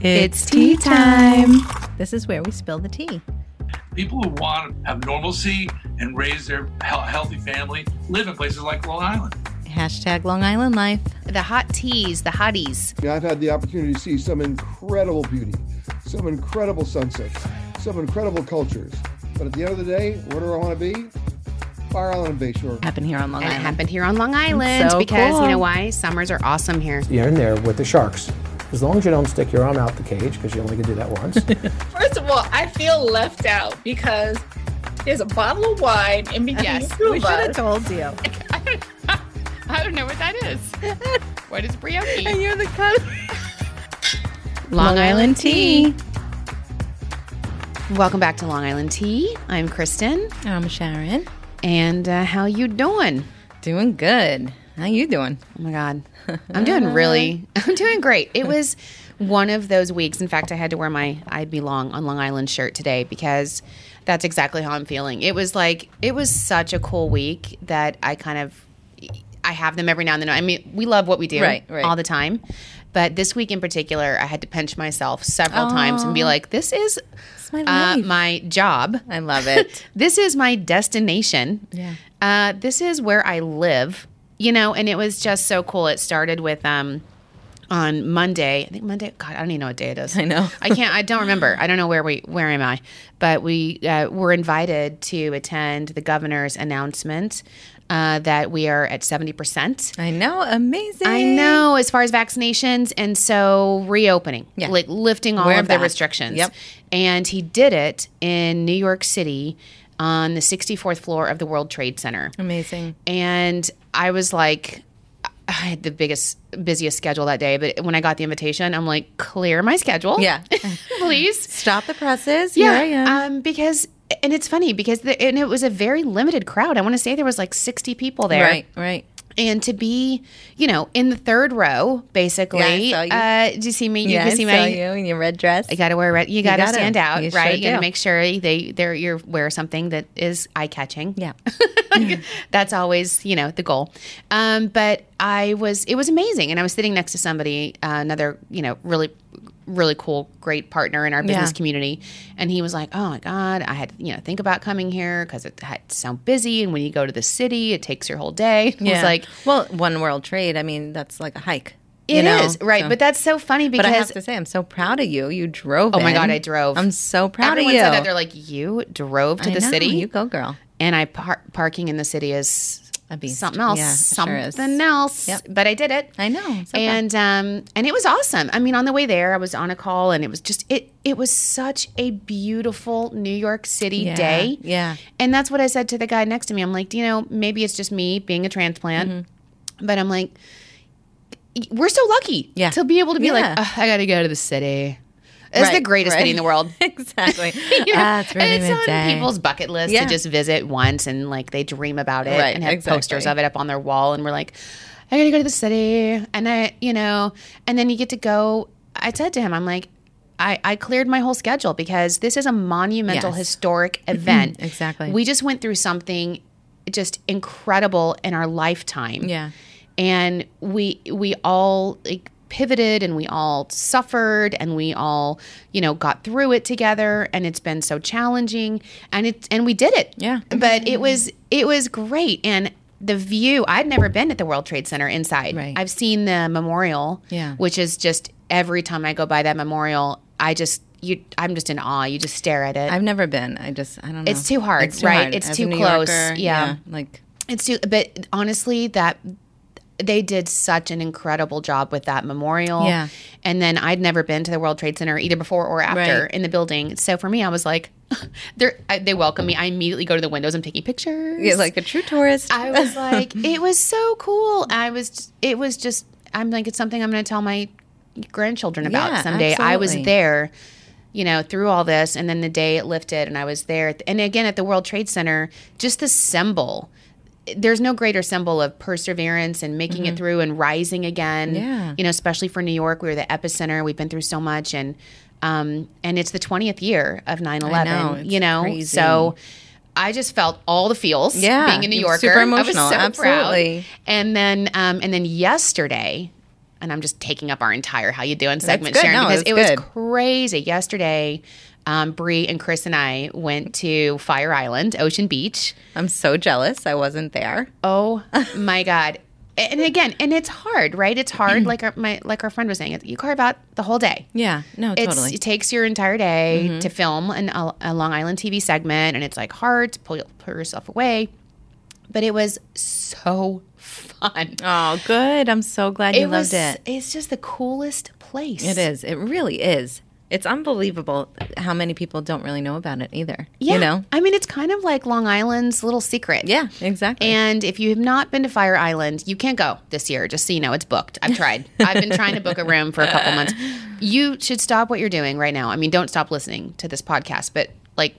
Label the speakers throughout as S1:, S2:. S1: It's tea time. This is where we spill the tea.
S2: People who want to have normalcy and raise their hel- healthy family live in places like Long Island.
S1: Hashtag Long Island Life.
S3: The hot teas, the hotties.
S4: Yeah, I've had the opportunity to see some incredible beauty, some incredible sunsets, some incredible cultures. But at the end of the day, where do I want to be? Fire Island and Bayshore.
S1: Happened here on Long
S3: And it
S1: Island.
S3: happened here on Long Island
S1: So
S3: because
S1: cool.
S3: you know why? Summers are awesome here.
S5: you're in there with the sharks. As long as you don't stick your arm out the cage, because you only can do that once.
S6: First of all, I feel left out because there's a bottle of wine in between the
S1: Yes,
S6: two
S1: we
S6: of
S1: should have
S6: us.
S1: told you.
S3: I don't know what that is. what is brioche?
S1: And you're the cut.
S3: Long Island tea. Welcome back to Long Island Tea. I'm Kristen,
S1: I'm Sharon.
S3: and uh, how you doing?
S1: Doing good. How you doing?
S3: Oh my god, I'm doing really, I'm doing great. It was one of those weeks. In fact, I had to wear my "I Belong" on Long Island shirt today because that's exactly how I'm feeling. It was like it was such a cool week that I kind of I have them every now and then. I mean, we love what we do
S1: Right, right.
S3: all the time. But this week in particular, I had to pinch myself several times and be like, "This is
S1: It's my
S3: uh,
S1: life.
S3: my job.
S1: I love it.
S3: This is my destination.
S1: Yeah.
S3: Uh, this is where I live, you know, and it was just so cool. It started with um on Monday. I think Monday. God, I don't even know what day it is.
S1: I know.
S3: I can't. I don't remember. I don't know where we. Where am I? But we uh, were invited to attend the governor's announcement uh, that we are at seventy percent.
S1: I know. Amazing.
S3: I know as far as vaccinations and so reopening,
S1: Yeah.
S3: like lifting all
S1: We're
S3: of the
S1: back.
S3: restrictions.
S1: Yep.
S3: And he did it in New York City on the 64th floor of the World Trade Center.
S1: Amazing.
S3: And I was like, I had the biggest, busiest schedule that day. But when I got the invitation, I'm like, clear my schedule.
S1: Yeah.
S3: Please.
S1: Stop the presses.
S3: Yeah,
S1: Here I am.
S3: Um, because and it's funny because the, and it was a very limited crowd. I want to say there was like sixty people there,
S1: Right, right.
S3: And to be, you know, in the third row, basically.
S1: Yeah, I
S3: Uh, do you see me? You
S1: yeah,
S3: can see
S1: I
S3: my.
S1: saw you in your red dress.
S3: You gotta wear red. You gotta,
S1: gotta.
S3: stand out,
S1: You sure
S3: right? you gotta
S1: do.
S3: make sure they they are you wear something that is eye catching.
S1: Yeah.
S3: That's always, you know, the goal. Um, but I was, it was amazing. And I was sitting next to somebody, uh, another, you know, really, really cool, great partner in our business
S1: Yeah.
S3: community. And he was like, oh my God, I had, you know, think about coming here because it had to sound busy. And when you go to the city, it takes your whole day. I was like,
S1: well, One World Trade. I mean, that's like a hike.
S3: it
S1: you
S3: is
S1: know?
S3: right.
S1: So-
S3: But that's so funny
S1: But
S3: because
S1: I have to say, I'm so proud of you. You drove.
S3: Oh my God,
S1: in.
S3: I drove.
S1: I'm so proud
S3: everyone
S1: of you.
S3: said that. They're like, you drove to
S1: I
S3: the
S1: know,
S3: city.
S1: You go, girl.
S3: and I par- parking in the city is
S1: A beast.
S3: something else,
S1: Yeah, sure is.
S3: something else.
S1: Yep.
S3: But I did it.
S1: I know. So
S3: and um, and it was awesome. I mean, on the way there, I was on a call, and it was just it. It was such a beautiful New York City
S1: Yeah,
S3: day.
S1: yeah.
S3: And that's what I said to the guy next to me. I'm like, you know, maybe it's just me being a transplant, but I'm like, we're so lucky
S1: Mm-hmm. Yeah.
S3: to be able to be
S1: Yeah.
S3: like, "Ugh, I got to go to the city. It's the
S1: Right,
S3: greatest
S1: right.
S3: city in the world.
S1: exactly.
S3: You know,
S1: Ah, it's really
S3: it's on
S1: midday.
S3: people's bucket list
S1: Yeah.
S3: to just visit once and like they dream about it
S1: Right,
S3: and have
S1: exactly.
S3: posters of it up on their wall and we're like i gotta go to the city and i you know and then you get to go i said to him i'm like I, I cleared my whole schedule because this is a monumental
S1: Yes.
S3: historic event
S1: Exactly.
S3: we just went through something just incredible in our lifetime
S1: Yeah.
S3: and we we all like pivoted and we all suffered and we all you know got through it together and it's been so challenging and it and we did it
S1: Yeah.
S3: but it was it was great and the view i'd never been at the world trade center inside
S1: Right.
S3: i've seen the memorial
S1: Yeah.
S3: which is just every time i go by that memorial i just you i'm just in awe you just stare at it
S1: I've never been. I just I don't know.
S3: It's too hard, right? It's
S1: As
S3: too
S1: a New
S3: close.
S1: Yorker,
S3: Yeah.
S1: Like
S3: It's too, but honestly, that they did such an incredible job with that memorial.
S1: Yeah.
S3: And then I'd never been to the World Trade Center either before or after
S1: Right.
S3: in the building. So for me, I was like, they're, I, they welcome me. I immediately go to the windows. I'm taking pictures.
S1: yeah, like a true tourist.
S3: I was like, it was so cool. I was, it was just, I'm like, it's something I'm going to tell my grandchildren about
S1: Yeah,
S3: someday. I was
S1: absolutely.
S3: there, you know, through all this. And then the day it lifted and I was there. And again, at the World Trade Center, just the symbol. There's no greater symbol of perseverance and making it through and rising again.
S1: Mm-hmm. Yeah.
S3: You know, especially for New York, we were the epicenter. We've been through so much. And, um, and it's the 20th year of 9
S1: know,
S3: 11,
S1: it's
S3: you know?
S1: crazy.
S3: So I just felt all the feels
S1: Yeah,
S3: being a New
S1: you were
S3: Yorker,
S1: super emotional,
S3: I was so
S1: absolutely.
S3: Proud. And then, um, and then yesterday, and I'm just taking up our entire how you doing segment,
S1: good.
S3: Sharon,
S1: No,
S3: because
S1: that's
S3: it was
S1: good.
S3: crazy yesterday. Um, Bree and Chris and I went to Fire Island, Ocean Beach.
S1: I'm so jealous. I wasn't there.
S3: Oh my god! And again, and it's hard, right? It's hard. Like our my like our friend was saying, you carve out the whole day.
S1: Yeah. No,
S3: It's,
S1: totally. Mm-hmm.
S3: It takes your entire day to film an, a, a Long Island TV segment, and it's like hard to pull, pull yourself away. But it was so fun.
S1: oh, good. I'm so glad you
S3: was.
S1: loved it.
S3: It's just the coolest place.
S1: It is. It really is. It's unbelievable how many people don't really know about it either.
S3: Yeah.
S1: You know?
S3: I mean, it's kind of like Long Island's little secret.
S1: Yeah, exactly.
S3: And if you have not been to Fire Island, you can't go this year. Just so you know, it's booked. I've tried. I've been trying to book a room for a couple months. You should stop what you're doing right now. I mean, don't stop listening to this podcast, but like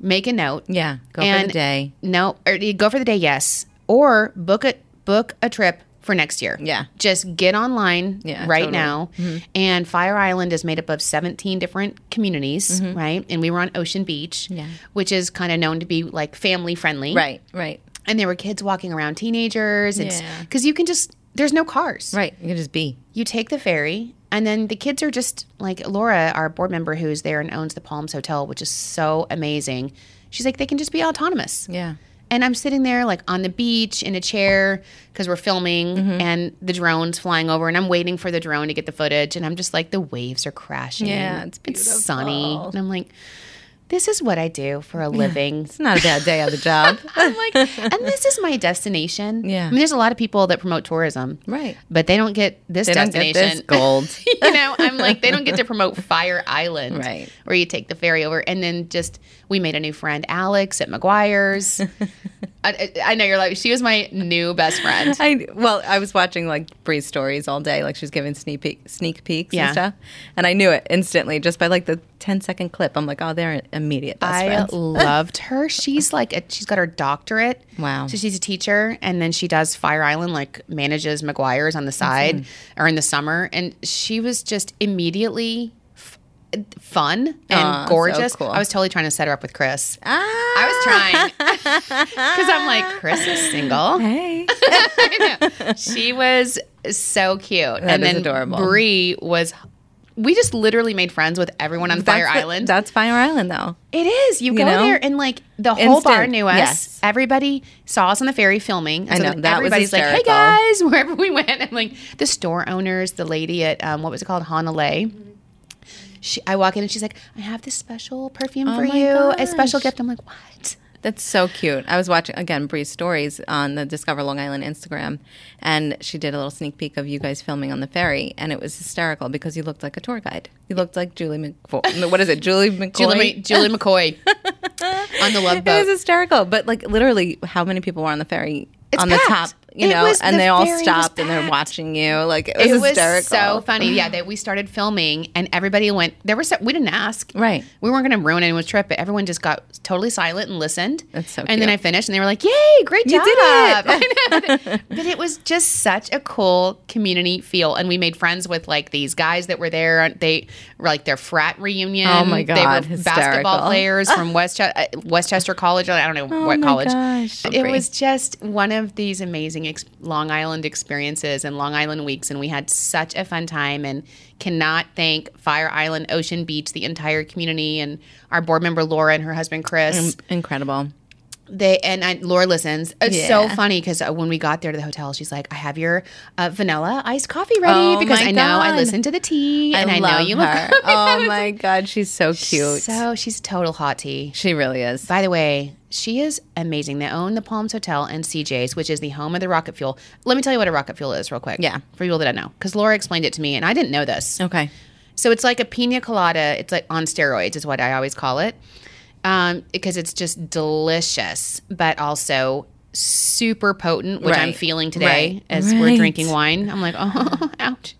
S3: make a note.
S1: yeah. Go for
S3: And-
S1: the day.
S3: No, or you go for the day, yes, or book a book a trip for next year.
S1: Yeah.
S3: just get online
S1: Yeah,
S3: right
S1: totally. Mm-hmm.
S3: now. And Fire Island is made up of seventeen different communities, right? And we were on Ocean Beach,
S1: Mm-hmm. Yeah.
S3: which is kind of known to be like family friendly,
S1: Right, right,
S3: And there were kids walking around, teenagers, and
S1: Yeah.
S3: because you can just there's no cars,
S1: right. You just be.
S3: you take the ferry and then the kids are just like laura our board member who's there and owns the palms hotel which is so amazing she's like they can just be autonomous
S1: Yeah.
S3: and i'm sitting there like on the beach in a chair because we're filming
S1: Mm-hmm.
S3: and the drone's flying over and i'm waiting for the drone to get the footage and i'm just like the waves are crashing
S1: Yeah, it's
S3: it's sunny and i'm like this is what i do for a living
S1: It's not a bad day on the job.
S3: i'm like and this is my destination
S1: Yeah.
S3: i mean there's a lot of people that promote tourism
S1: right.
S3: but they don't get this
S1: They don't
S3: destination
S1: get this gold.
S3: you know, I'm like, they don't get to promote Fire Island,
S1: Right.
S3: Where you take the ferry over, and then just we made a new friend, Alex at McGuire's. I- I, I know you're like, she was my new best friend.
S1: I well, I was watching like Bree's stories all day, like she was giving sneak peek, sneak peeks
S3: Yeah.
S1: and stuff, and I knew it instantly just by like the 10 second clip. I'm like, oh, they're immediate best
S3: I
S1: friends.
S3: loved her. She's like, a, she's got her doctorate.
S1: Wow.
S3: So she's a teacher, and then she does Fire Island, like manages McGuire's on the side or in the summer, and she was just immediately. f- Fun and
S1: Aw, so
S3: gorgeous.
S1: cool.
S3: I was totally trying to set her up with Chris.
S1: ah,
S3: I was trying because I'm like Chris is single.
S1: hey,
S3: I know. She was so cute, and
S1: is
S3: then
S1: adorable.
S3: Bree was. We just literally made friends with everyone on Fire
S1: That's the-
S3: Island.
S1: that's Fire Island, though.
S3: it is. You, go
S1: know?
S3: there and like the whole bar
S1: Instant.
S3: knew us.
S1: Yes.
S3: Everybody saw us on the ferry filming.
S1: I
S3: So
S1: know,
S3: then
S1: that was
S3: everybody's like, "Hey
S1: hysterical.
S3: guys!" Wherever we went, and like the store owners, the lady at um, what was it called, Honolulu. She, I walk in and she's like, "I have this special perfume for
S1: Oh my
S3: you, a special
S1: gosh.
S3: gift." I'm like, "What?"
S1: That's so cute. I was watching again Bree's stories on the Discover Long Island Instagram, and she did a little sneak peek of you guys filming on the ferry, and it was hysterical because you looked like a tour guide. You looked like Julie McFoy. What is it, Julie McCoy?
S3: Julie, Julie McCoy on the Love
S1: It was
S3: Boat.
S1: hysterical, but like literally, how many people were on the ferry
S3: It's
S1: on the top?
S3: packed.
S1: You
S3: It
S1: know,
S3: was-
S1: and
S3: the
S1: they all
S3: ferry was
S1: stopped and they're
S3: packed.
S1: watching you. Like it was
S3: It was
S1: hysterical.
S3: so funny. Yeah, that we started filming and everybody went. There was so, we didn't ask.
S1: Right.
S3: We weren't going to ruin anyone's trip, but everyone just got totally silent and listened.
S1: That's so
S3: And then
S1: cute.
S3: I finished, and they were like, "Yay, great
S1: You
S3: job!"
S1: did
S3: I know. but it was just such a cool community feel, and we made friends with like these guys that were there. They were like their frat reunion.
S1: Oh, my
S3: They
S1: God,
S3: were basketball
S1: hysterical.
S3: players from Westchester, Westchester College. I don't know what
S1: Oh my
S3: college.
S1: gosh,
S3: But it
S1: Bree.
S3: was just one of these amazing ex- Long Island experiences and Long Island weeks, and we had such a fun time. And cannot thank Fire Island, Ocean Beach, the entire community, and our board member Laura and her husband
S1: Mm.
S3: Chris.
S1: incredible.
S3: They and I, Laura listens. It's so
S1: Yeah.
S3: funny because when we got there to the hotel, she's like, "I have your uh, vanilla iced coffee ready
S1: Oh,
S3: because
S1: my
S3: I know I
S1: God.
S3: listen to the tea and I,
S1: love
S3: know you love
S1: her. Oh my god, she's so cute.
S3: So she's total hot tea.
S1: she really is.
S3: By the way, she is amazing. They own the Palms Hotel and CJ's, which is the home of the rocket fuel. Let me tell you what a rocket fuel is, real quick.
S1: Yeah. Oh.
S3: For people that don't know, because Laura explained it to me and I didn't know this.
S1: Okay.
S3: So it's like a pina colada. It's like on steroids, is what I always call it, um, because it's just delicious, but also super potent, which I'm
S1: Right.
S3: feeling today
S1: Right.
S3: as we're
S1: Right.
S3: drinking wine. I'm like, oh, ouch.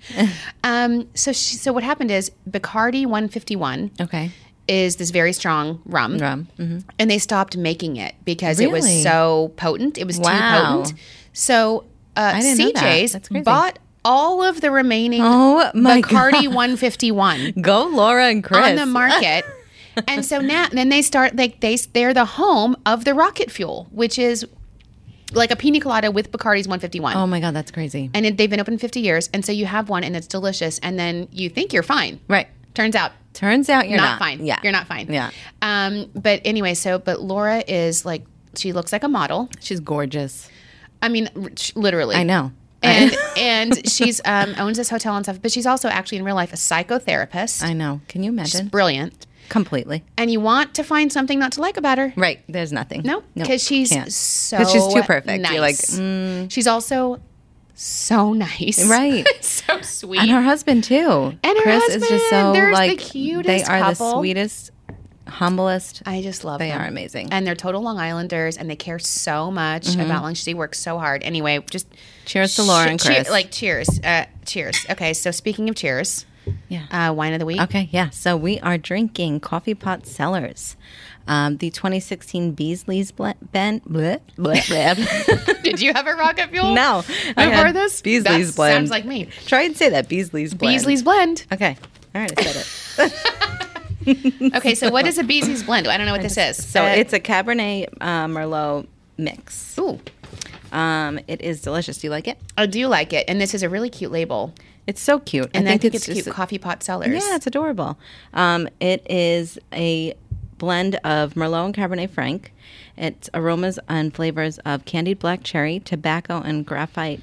S3: um, so she, so what happened is Bacardi 151
S1: Okay.
S3: is this very strong rum.
S1: Oh. Rum.
S3: And they stopped making it because it was
S1: Really?
S3: so potent. It was
S1: Wow.
S3: too potent. So uh,
S1: didn't know that.
S3: CJ's
S1: That's crazy.
S3: bought all of the remaining
S1: Oh, my
S3: Bacardi
S1: God.
S3: 151
S1: Go Laura and Chris
S3: on the market. and so now, then they start like they they're the home of the rocket fuel, which is like a pina colada with Bacardi's 151.
S1: Oh my God, that's crazy.
S3: and it, they've been open 50 years. And so you have one and it's delicious. And then you think you're fine.
S1: Right.
S3: Turns out
S1: Turns out you're
S3: not,
S1: not,
S3: fine.
S1: Yeah.
S3: You're not fine.
S1: Yeah.
S3: Um, but anyway, so, but Laura is like, she looks like a model.
S1: She's gorgeous.
S3: I mean, r- sh- literally.
S1: I know.
S3: And, and she's um, owns this hotel and stuff, but she's also actually in real life a psychotherapist.
S1: I know. Can you
S3: She's
S1: imagine?
S3: brilliant.
S1: Completely.
S3: And you want to find something not to like about her.
S1: Right. There's nothing.
S3: No, because she's
S1: can't.
S3: so
S1: 'Cause she's too perfect.
S3: Nice.
S1: You're like, mm.
S3: she's also so nice,
S1: Right.
S3: so sweet.
S1: and her husband too.
S3: And her
S1: Chris is just so
S3: husband. They're the
S1: like they
S3: cutest
S1: are the
S3: couple.
S1: sweetest, humblest.
S3: I just love
S1: they
S3: them.
S1: are amazing.
S3: and they're total Long Islanders, and they care so much
S1: Mm-hmm.
S3: about Long. She works so hard. Anyway, just
S1: Cheers to Laura and
S3: che- cheer-
S1: Chris.
S3: like cheers, uh, cheers. Okay, so speaking of cheers,
S1: yeah.
S3: uh, wine of the week.
S1: Okay, yeah. So we are drinking Coffee Pot Cellars, um, the 2016 Beasley's ble- Ben. Bleh, bleh, bleh.
S3: Did you have a rocket fuel?
S1: no, I
S3: Before
S1: had
S3: this,
S1: Beasley's
S3: that
S1: blend.
S3: sounds like me.
S1: Try and say that Beasley's blend.
S3: Beasley's blend.
S1: Okay, all right, I said it.
S3: Okay, so what is a Beasley's blend? I don't know what this is.
S1: So
S3: Uh,
S1: it's a Cabernet uh, Merlot mix.
S3: ooh.
S1: Um, it is delicious. Do you like it?
S3: I do like it, and this is a really cute label.
S1: It's so cute.
S3: And I think, it's,
S1: just
S3: cute. Coffee pot sellers.
S1: Yeah, it's adorable. Um, it is a blend of Merlot and Cabernet Franc. It's aromas and flavors of candied black cherry, tobacco, and graphite.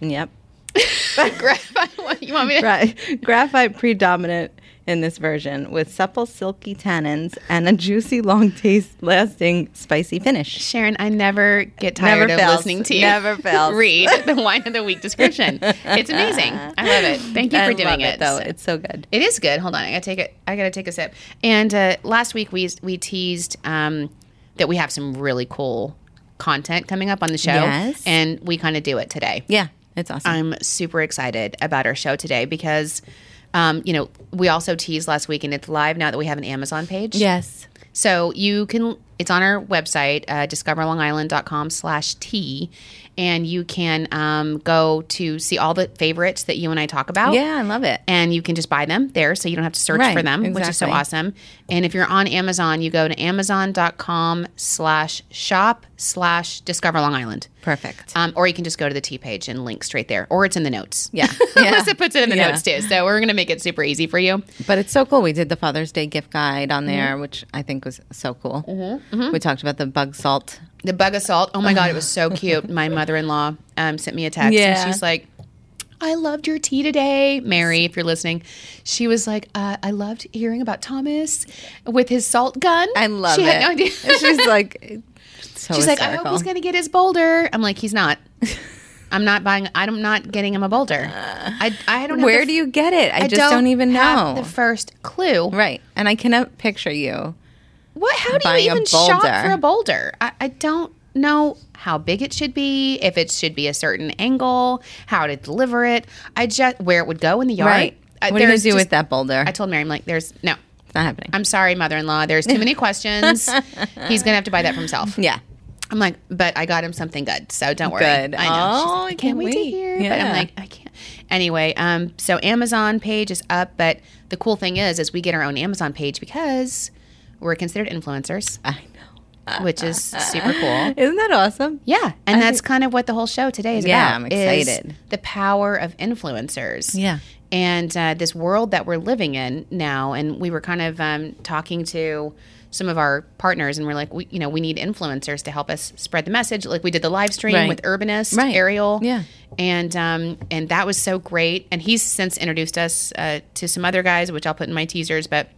S1: Yep.
S3: Graphite. you want me to?
S1: Gra- graphite predominant in this version with supple, silky tannins and a juicy, long taste lasting spicy finish.
S3: Sharon, I never get tired
S1: Never
S3: of
S1: fails.
S3: listening to you.
S1: Never fails.
S3: Read the wine of the week description. It's amazing. I love it. Thank you
S1: I
S3: for doing
S1: love
S3: it.
S1: though.
S3: So-
S1: It's so good.
S3: it is good. Hold on, I gotta take it. I gotta take a sip. And uh, last week we we teased um, that we have some really cool content coming up on the show,
S1: Yes.
S3: and we kind of do it today.
S1: Yeah, it's awesome.
S3: I'm super excited about our show today because, um, you know, we also teased last week, and it's live now that we have an Amazon page.
S1: yes.
S3: So you can, it's on our website, uh, discoverlongisland.com slash tea, and you can um, go to see all the favorites that you and I talk about.
S1: Yeah, I love it.
S3: Oh. And you can just buy them there so you don't have to search
S1: Right,
S3: for them, which is so
S1: exactly.
S3: awesome. And if you're on Amazon, you go to amazon.com slash shop slash discover Long Island.
S1: Perfect.
S3: Um, or you can just go to the T page and link straight there, or it's in the notes.
S1: Yeah. Yeah.
S3: Melissa puts it in the
S1: Yeah.
S3: notes too. So we're going to make it super easy for you.
S1: But it's so cool. We did the Father's Day gift guide on there,
S3: Mm-hmm.
S1: which I think was so cool. We talked about the bug salt.
S3: The bug assault. Oh my god, it was so cute. My mother-in-law um, sent me a text,
S1: Yeah.
S3: and she's like, "I loved your tea today, Mary. If you're listening, she was like, uh, I loved hearing about Thomas with his salt gun.
S1: I love
S3: she
S1: it.
S3: Had no idea.
S1: She's like, so
S3: she's like, I hope
S1: hysterical.
S3: he's gonna get his boulder. I'm like, he's not. I'm not buying. I'm not getting him a boulder. I, I don't. have
S1: Uh, Where
S3: the-
S1: do you get it? I,
S3: I
S1: just don't, even
S3: have
S1: know.
S3: the first clue.
S1: right. And I cannot picture you.
S3: What? How do
S1: Buying
S3: you
S1: a
S3: even shop
S1: boulder.
S3: for a boulder? I, I don't know how big it should be, if it should be a certain angle, how to deliver it. I just where it would go in the yard.
S1: Right.
S3: I-
S1: what do you
S3: Uh, there's
S1: do with
S3: just-
S1: that boulder?
S3: I told Mary, I'm like, there's no.
S1: it's not happening.
S3: I'm sorry, mother-in-law. There's too many questions. He's gonna have to buy that for himself.
S1: yeah.
S3: I'm like, but I got him something good, so don't worry.
S1: Good.
S3: I know. She's
S1: Oh,
S3: like,
S1: I
S3: can't
S1: can't
S3: wait to
S1: wait."
S3: hear. But
S1: Yeah.
S3: I'm like, I can't. Anyway, um, so Amazon page is up, but the cool thing is, is we get our own Amazon page because we're considered influencers,
S1: I know.
S3: which is super cool.
S1: Isn't that awesome?
S3: Yeah, and that's kind of what the whole show today is
S1: Yeah,
S3: about.
S1: I'm
S3: is
S1: excited.
S3: the power of influencers.
S1: Yeah.
S3: and uh, this world that we're living in now, and we were kind of um, talking to some of our partners, and we're like, we, you know, we need influencers to help us spread the message. Like we did the live stream
S1: Right.
S3: with Urbanist
S1: Right.
S3: Ariel.
S1: Yeah.
S3: And um and that was so great, and he's since introduced us uh, to some other guys, which I'll put in my teasers. But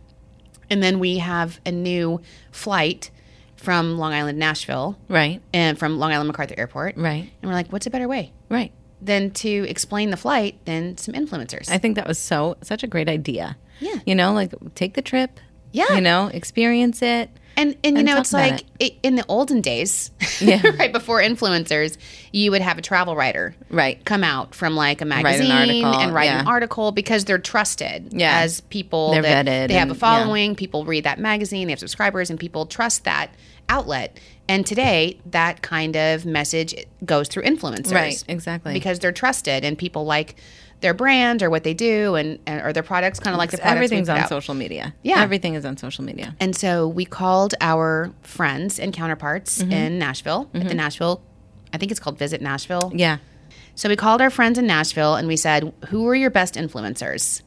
S3: and then we have a new flight from Long Island Nashville,
S1: Right.
S3: and from Long Island MacArthur Airport.
S1: Right.
S3: And we're like, what's a better way
S1: Right.
S3: than to explain the flight than some influencers?
S1: I think that was so such a great idea.
S3: Yeah.
S1: You know, like take the trip.
S3: Yeah.
S1: You know, experience it.
S3: and and you
S1: and
S3: know,
S1: talk
S3: it's
S1: about
S3: like it. in the olden days,
S1: Yeah.
S3: right before influencers, you would have a travel writer
S1: Right.
S3: come out from like a
S1: an
S3: magazine
S1: article,
S3: and write an
S1: yeah.
S3: article because they're trusted
S1: Yeah.
S3: as people
S1: They're
S3: that
S1: vetted
S3: they have a
S1: and-
S3: following, people read that magazine, they have subscribers and people trust that outlet. And today that kind of message goes through influencers.
S1: Right. Exactly.
S3: because they're trusted and people like their brand or what they do and, and or their products kind of like the products we
S1: everything's
S3: put
S1: on
S3: out.
S1: social media.
S3: Yeah.
S1: Everything is on social media.
S3: And
S1: Mm-hmm.
S3: so we called our friends and counterparts in Nashville at the Nashville I think it's called Visit Nashville.
S1: Yeah.
S3: So we called our friends in Nashville and we said, Who were your best influencers?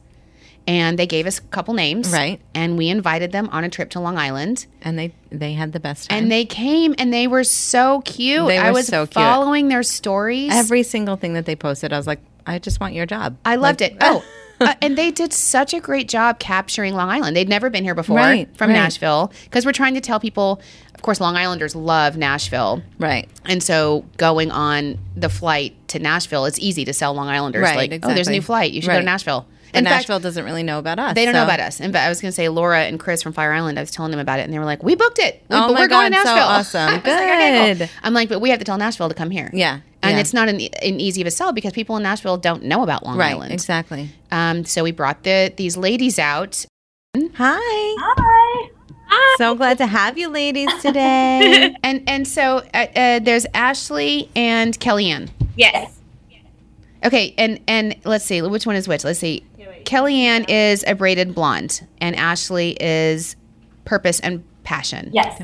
S3: And they gave us a couple names.
S1: Right.
S3: And we invited them on a trip to Long Island.
S1: And they they had the best time.
S3: And they came and they were so cute.
S1: They
S3: I
S1: were
S3: was
S1: so cute.
S3: following their stories.
S1: every single thing that they posted, I was like, I just want your job.
S3: I loved it. Oh, uh, and they did such a great job capturing Long Island. They'd never been here before
S1: Right,
S3: from
S1: right.
S3: Nashville because we're trying to tell people, of course, Long Islanders love Nashville.
S1: Right.
S3: And so going on the flight to Nashville, it's easy to sell Long Islanders.
S1: Right,
S3: like, oh, there's a
S1: exactly.
S3: new flight. You should go
S1: Right.
S3: to Nashville.
S1: And
S3: In fact,
S1: Nashville doesn't really know about us.
S3: they don't know
S1: so-
S3: about us. And but I was going to say Laura and Chris from Fire Island. I was telling them about it, and they were like, "We booked it. We,
S1: Oh
S3: but
S1: my
S3: we're going to
S1: God, so
S3: Nashville.
S1: awesome.
S3: I was like, "Okay, cool."
S1: Good.
S3: I'm like, but we have to tell Nashville to come here.
S1: Yeah,
S3: and
S1: yeah.
S3: it's not an, an easy of a sell because people in Nashville don't know about Long
S1: Right.
S3: Island.
S1: Exactly.
S3: Um, so we brought the these ladies out.
S1: Hi.
S7: Hi. Hi.
S1: So glad to have you ladies today.
S3: And and so uh, uh, there's Ashley and Kellyanne.
S7: Yes.
S3: Okay, and and let's see which one is which. Let's see. Kellyanne is a braided blonde, and Ashley is purpose and passion.
S7: Yes.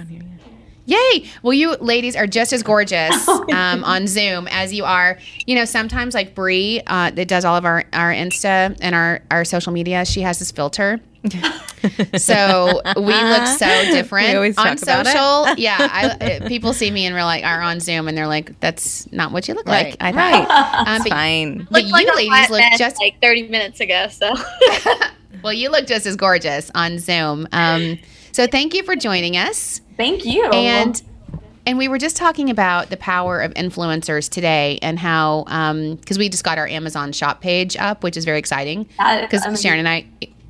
S3: Yay! Well, you ladies are just as gorgeous um, on Zoom as you are. You know, sometimes like Bree uh, that does all of our our Insta and our our social media, she has this filter. so we look so different
S1: We always
S3: on
S1: talk about it.
S3: social. yeah, I, uh, people see me and are like, are on Zoom, and they're like, "That's not what you look
S1: Right.
S3: like." I thought. Um,
S1: It's
S3: but,
S1: fine.
S3: but
S6: Looked like
S3: you
S6: a
S3: ladies
S6: hot
S3: look
S6: mess,
S3: just
S6: like 30 minutes ago. So
S3: well. You look just as gorgeous on Zoom. Um, so thank you for joining us.
S7: Thank you.
S3: and and we were just talking about the power of influencers today and how because we just got our amazon shop page up which is very exciting
S7: That is
S3: because
S7: amazing.
S3: sharon and i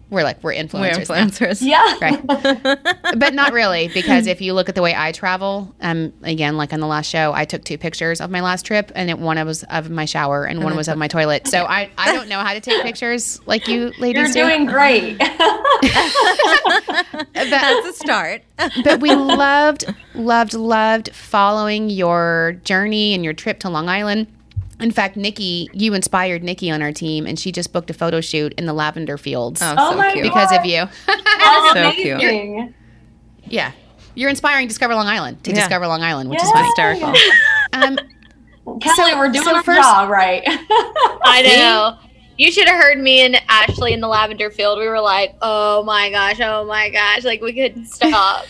S3: we're like we're
S1: We're
S3: influencers now.
S1: influencers.
S7: yeah.
S3: right but not really because if you look at the way i travel um again like on the last show i took two pictures of my last trip and it, one was of my shower and one was of my toilet so i i don't know how to take pictures like you
S7: You're
S3: ladies do.
S7: doing great.
S3: But-
S1: That's a start.
S3: but we loved, loved, loved following your journey and your trip to Long Island. In fact, Nikki, you inspired Nikki on our team, and she just booked a photo shoot in the lavender fields
S1: Oh,
S7: Oh
S1: so
S7: my
S1: cute.
S7: God.
S3: because of you.
S7: That's
S1: So cute.
S7: amazing.
S3: yeah, you're inspiring Discover Long Island to
S1: Yeah.
S3: Discover Long Island, which is
S7: Yeah.
S3: funny.
S1: Hysterical.
S3: Um,
S7: Kelly,
S3: So-
S7: we're doing
S3: so
S7: our
S3: first-
S7: job right.
S6: I know. You should have heard me and Ashley in the lavender field. We were like, oh my gosh, oh my gosh. Like, we couldn't stop.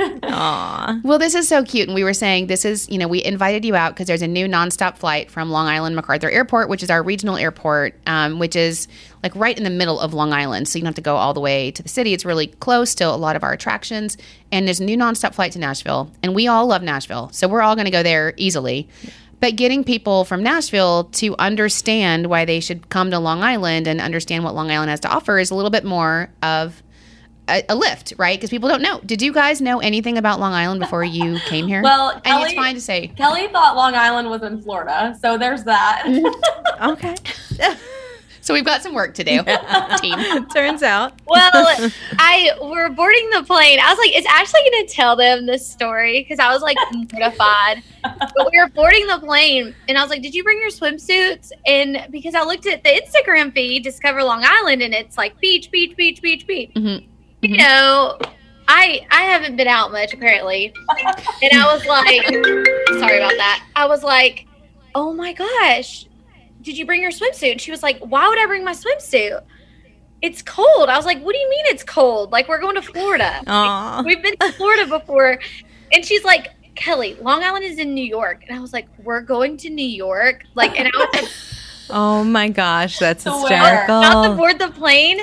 S1: Aw.
S3: well, this is so cute, and we were saying this is you know we invited you out because there's a new nonstop flight from Long Island MacArthur Airport, which is our regional airport, um, which is like right in the middle of Long Island, so you don't have to go all the way to the city. It's really close to a lot of our attractions, and there's a new nonstop flight to Nashville, and we all love Nashville, so we're all going to go there easily. But getting people from Nashville to understand why they should come to Long Island and understand what Long Island has to offer is a little bit more of a, a lift, right? Because people don't know. Did you guys know anything about Long Island before you came here?
S7: Well,
S3: and it's
S7: Kelly-
S3: fine to say.
S7: Kelly thought Long Island was in Florida, so there's that.
S1: Okay.
S3: So we've got some work to do, team.
S1: Turns out.
S6: Well, I we're boarding the plane. I was like, is Ashley going to tell them this story? Because I was like mortified. But we were boarding the plane, and I was like, did you bring your swimsuits? And because I looked at the Instagram feed, Discover Long Island, and it's like beach, beach, beach, beach, beach.
S3: Mhm.
S6: You know, I I haven't been out much apparently, and I was like, sorry about that. I was like, oh my gosh, did you bring your swimsuit? And she was like, why would I bring my swimsuit? It's cold. I was like, what do you mean it's cold? Like we're going to Florida.
S1: Aw.
S6: We've been to Florida before. And she's like, Kelly, Long Island is in New York. And I was like, we're going to New York. Like, and I was like,
S1: Oh my gosh. That's
S7: So where?
S6: about to
S1: hysterical.
S6: board the plane.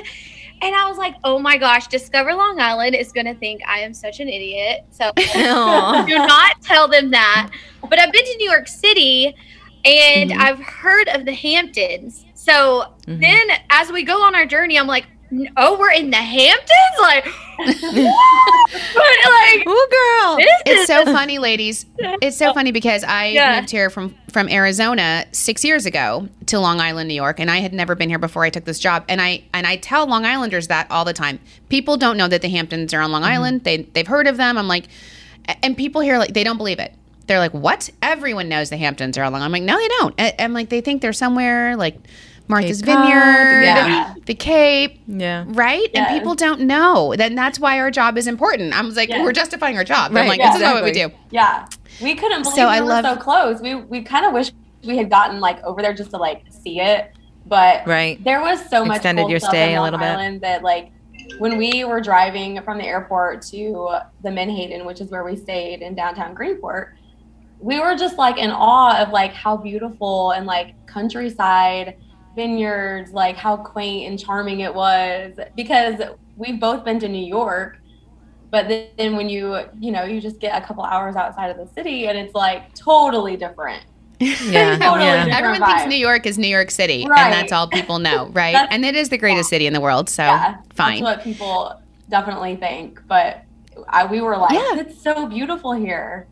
S6: And I was like, oh my gosh, Discover Long Island is going to think I am such an idiot. So
S1: Aw.
S6: do not tell them that. But I've been to New York City and I've heard of the Hamptons. So
S1: Mhm.
S6: then as we go on our journey, I'm like, "N- oh, we're in the Hamptons? Like, what? But like,
S1: Ooh, girl.
S6: this
S3: It's
S6: is
S3: so funny, ladies. It's so funny because I
S6: Yeah.
S3: moved here from from Arizona six years ago to Long Island, New York, and I had never been here before I took this job. And I and I tell Long Islanders that all the time. People don't know that the Hamptons are on Long
S1: Mm-hmm.
S3: Island. They they've heard of them. I'm like, and people here like they don't believe it. They're like, what? Everyone knows the Hamptons are on Long. Island. I'm like, no, they don't. I- I'm like, they think they're somewhere like Martha's
S1: Cape Cod,
S3: Vineyard
S1: yeah.
S3: the Cape,
S1: Yeah.
S3: right?
S7: Yes.
S3: And people don't know. Then that's why our job is important. I was like,
S7: Yes.
S3: we're justifying our job.
S1: Right,
S3: I'm like, this is not what we do.
S1: exactly.
S7: Yeah, we couldn't believe
S3: So
S7: we
S3: I
S7: were
S3: love-
S7: so close. We we kind of wish we had gotten like over there just to like see it, but
S1: Right.
S7: there was so much
S1: Extended
S7: cool
S1: your
S7: stuff
S1: stay
S7: in
S1: a
S7: Long
S1: little bit.
S7: Island that like when we were driving from the airport to the Menhaden, which is where we stayed in downtown Greenport, we were just like in awe of like how beautiful and like countryside vineyards, like how quaint and charming it was because we've both been to New York. But then, then when you, you know, you just get a couple hours outside of the city and it's like totally different.
S1: Yeah.
S7: Totally.
S1: yeah.
S3: Everyone
S7: Different
S3: thinks
S7: vibe.
S3: New York is New York City,
S7: Right.
S3: and that's all people know, right?
S7: That's-
S3: and it is the greatest city in the world, so fine.
S7: That's what people definitely think. But I, we were like,
S3: Yeah.
S7: it's so beautiful here.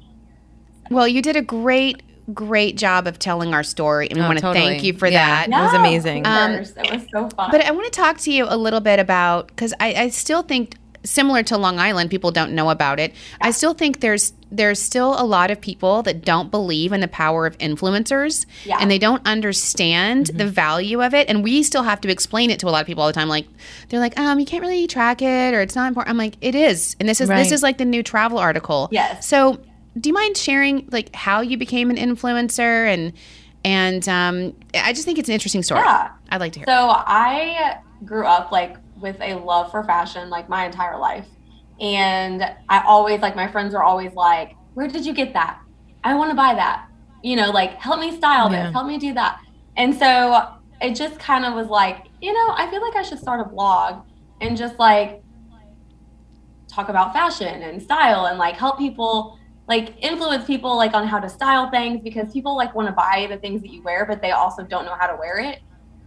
S3: Well, you did a great, great job of telling our story, and we
S1: Oh,
S3: want to
S1: totally.
S3: thank you for
S1: Yeah.
S3: that.
S1: It was amazing.
S7: of
S3: Um,
S7: course. it was so fun.
S3: But I want to talk to you a little bit about because I, I still think similar to Long Island, people don't know about it. I still think there's there's still a lot of people that don't believe in the power of influencers
S7: Yeah. Mm-hmm.
S3: and they don't understand the value of it. And we still have to explain it to a lot of people all the time. Like they're like, um, you can't really track it or it's not important. I'm like, it is. And this is
S1: Right.
S3: this is like the new travel article.
S7: Yes.
S3: So do you mind sharing like how you became an influencer and and um, I just think it's an interesting story.
S7: Yeah.
S3: I'd like to hear.
S7: So I grew up like with a love for fashion like my entire life. And I always like my friends were always like, Where did you get that? I want to buy that. You know, like help me style this,
S1: Yeah.
S7: help me do that. And so it just kind of was like, you know, I feel like I should start a blog and just like talk about fashion and style and like help people like influence people like on how to style things because people like want to buy the things that you wear but they also don't know how to wear it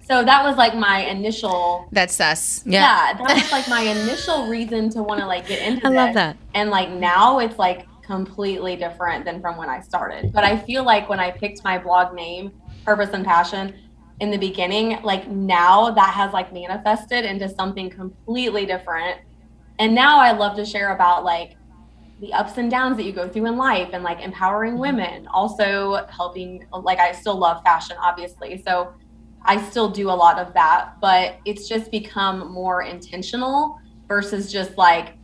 S7: so that was like my initial
S3: That's us.
S1: Yeah.
S7: that was like my initial reason to want to like get into
S1: I
S7: this.
S1: love that.
S7: and like now it's like completely different than from when i started but i feel like when i picked my blog name purpose and passion in the beginning like now that has like manifested into something completely different and now i love to share about like the ups and downs that you go through in life and like empowering women also helping like i still love fashion obviously so i still do a lot of that but it's just become more intentional versus just like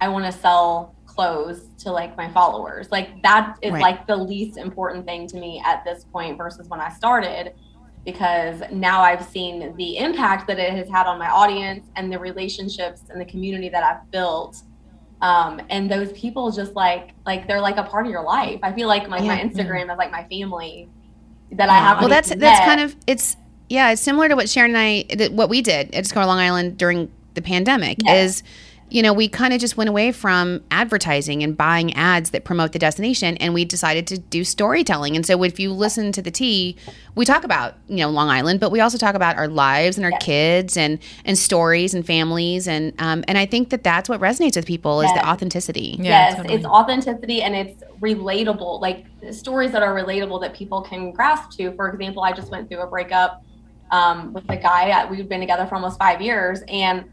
S7: i want to sell clothes to like my followers like that is
S3: Right.
S7: like the least important thing to me at this point versus when i started because now I've seen the impact that it has had on my audience and the relationships and the community that I've built. Um, and those people just like like they're like a part of your life. I feel like like my
S3: Yeah.
S7: Instagram is like my family that I have.
S3: Well, that's that's kind of it's yeah, it's similar to what Sharon and I th- what we did at Discover Long Island during the pandemic
S7: Yes.
S3: is you know, we kind of just went away from advertising and buying ads that promote the destination and we decided to do storytelling. And so if you listen to the tea, we talk about, you know, Long Island, but we also talk about our lives and our
S7: Yes.
S3: kids and and stories and families and um and I think that that's what resonates with people is
S7: Yes.
S3: the authenticity.
S1: Yeah,
S7: yes,
S1: totally.
S7: it's authenticity and it's relatable, like stories that are relatable that people can grasp to. For example, I just went through a breakup um, with a guy that we've been together for almost five years, and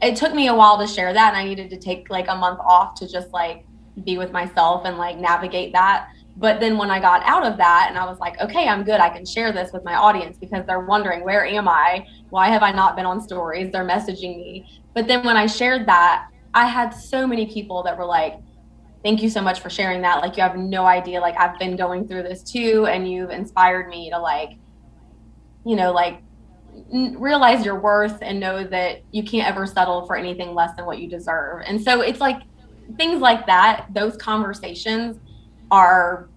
S7: it took me a while to share that, and I needed to take like a month off to just like be with myself and like navigate that. But then when I got out of that, and I was like, okay, I'm good. I can share this with my audience because they're wondering where am I? Why have I not been on stories? They're messaging me. But then when I shared that, I had so many people that were like, thank you so much for sharing that. Like, you have no idea. Like, I've been going through this too, and you've inspired me to, like, you know, like, n- realize your worth and know that you can't ever settle for anything less than what you deserve. And so it's like things like that, those conversations are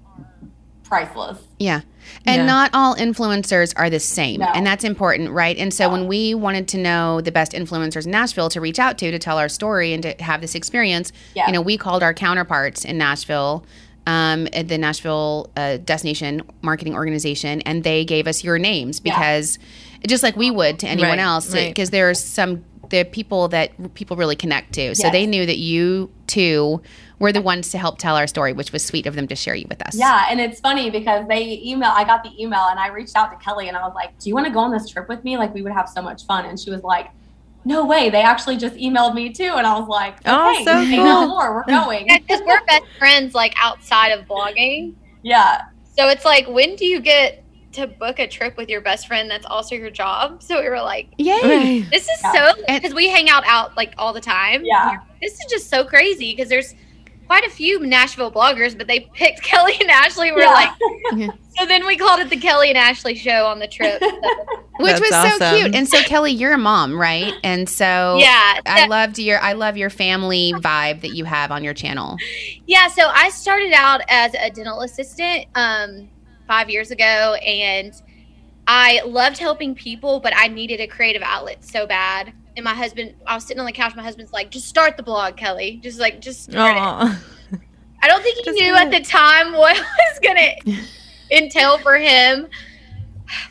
S7: priceless.
S3: Yeah. And
S1: Yeah.
S3: not all influencers are the same.
S7: No.
S3: And that's important, right? And so when we wanted to know the best influencers in Nashville to reach out to to tell our story and to have this experience,
S7: Yeah.
S3: you know, we called our counterparts in Nashville, um, at the Nashville uh, Destination Marketing Organization, and they gave us your names
S7: Yeah.
S3: because just like we would to anyone
S1: Right,
S3: else,
S1: right.
S3: because there are some the people that people really connect to. So
S7: Yes.
S3: they knew that you two were the ones to help tell our story, which was sweet of them to share you with us.
S7: Yeah, and it's funny because they email. I got the email and I reached out to Kelly and I was like, "Do you want to go on this trip with me? Like, we would have so much fun." And she was like, "No way!" They actually just emailed me too, and I was like, "Okay,
S1: Oh, so
S7: say
S1: cool.
S7: no more. We're going."
S6: Yeah, because we're best friends like outside of blogging.
S7: yeah,
S6: So it's like, when do you get to book a trip with your best friend that's also your job. So we were like,
S3: Yay.
S6: this is
S7: Yeah.
S6: so
S3: And-
S6: because we hang out out like all the time.
S7: Yeah.
S6: This is just so crazy because there's quite a few Nashville bloggers, but they picked Kelly and Ashley. We're
S7: Yeah.
S3: Yeah.
S6: like, so then we called it the Kelly and Ashley show on the trip. So,
S3: Which
S1: That's
S3: was so
S1: awesome.
S3: cute. And so Kelly, you're a mom, right? And
S7: Oh,
S3: so
S6: yeah.
S3: I loved your I love your family vibe that you have on your channel.
S6: Yeah, so I started out as a dental assistant um, five years ago, and I loved helping people, but I needed a creative outlet so bad. And my husband, I was sitting on the couch. My husband's like, "Just start the blog, Kelly. Just like, just start it."
S1: Aw.
S6: I don't think he
S1: Just
S6: knew
S1: do
S6: at the time what it was gonna entail for him.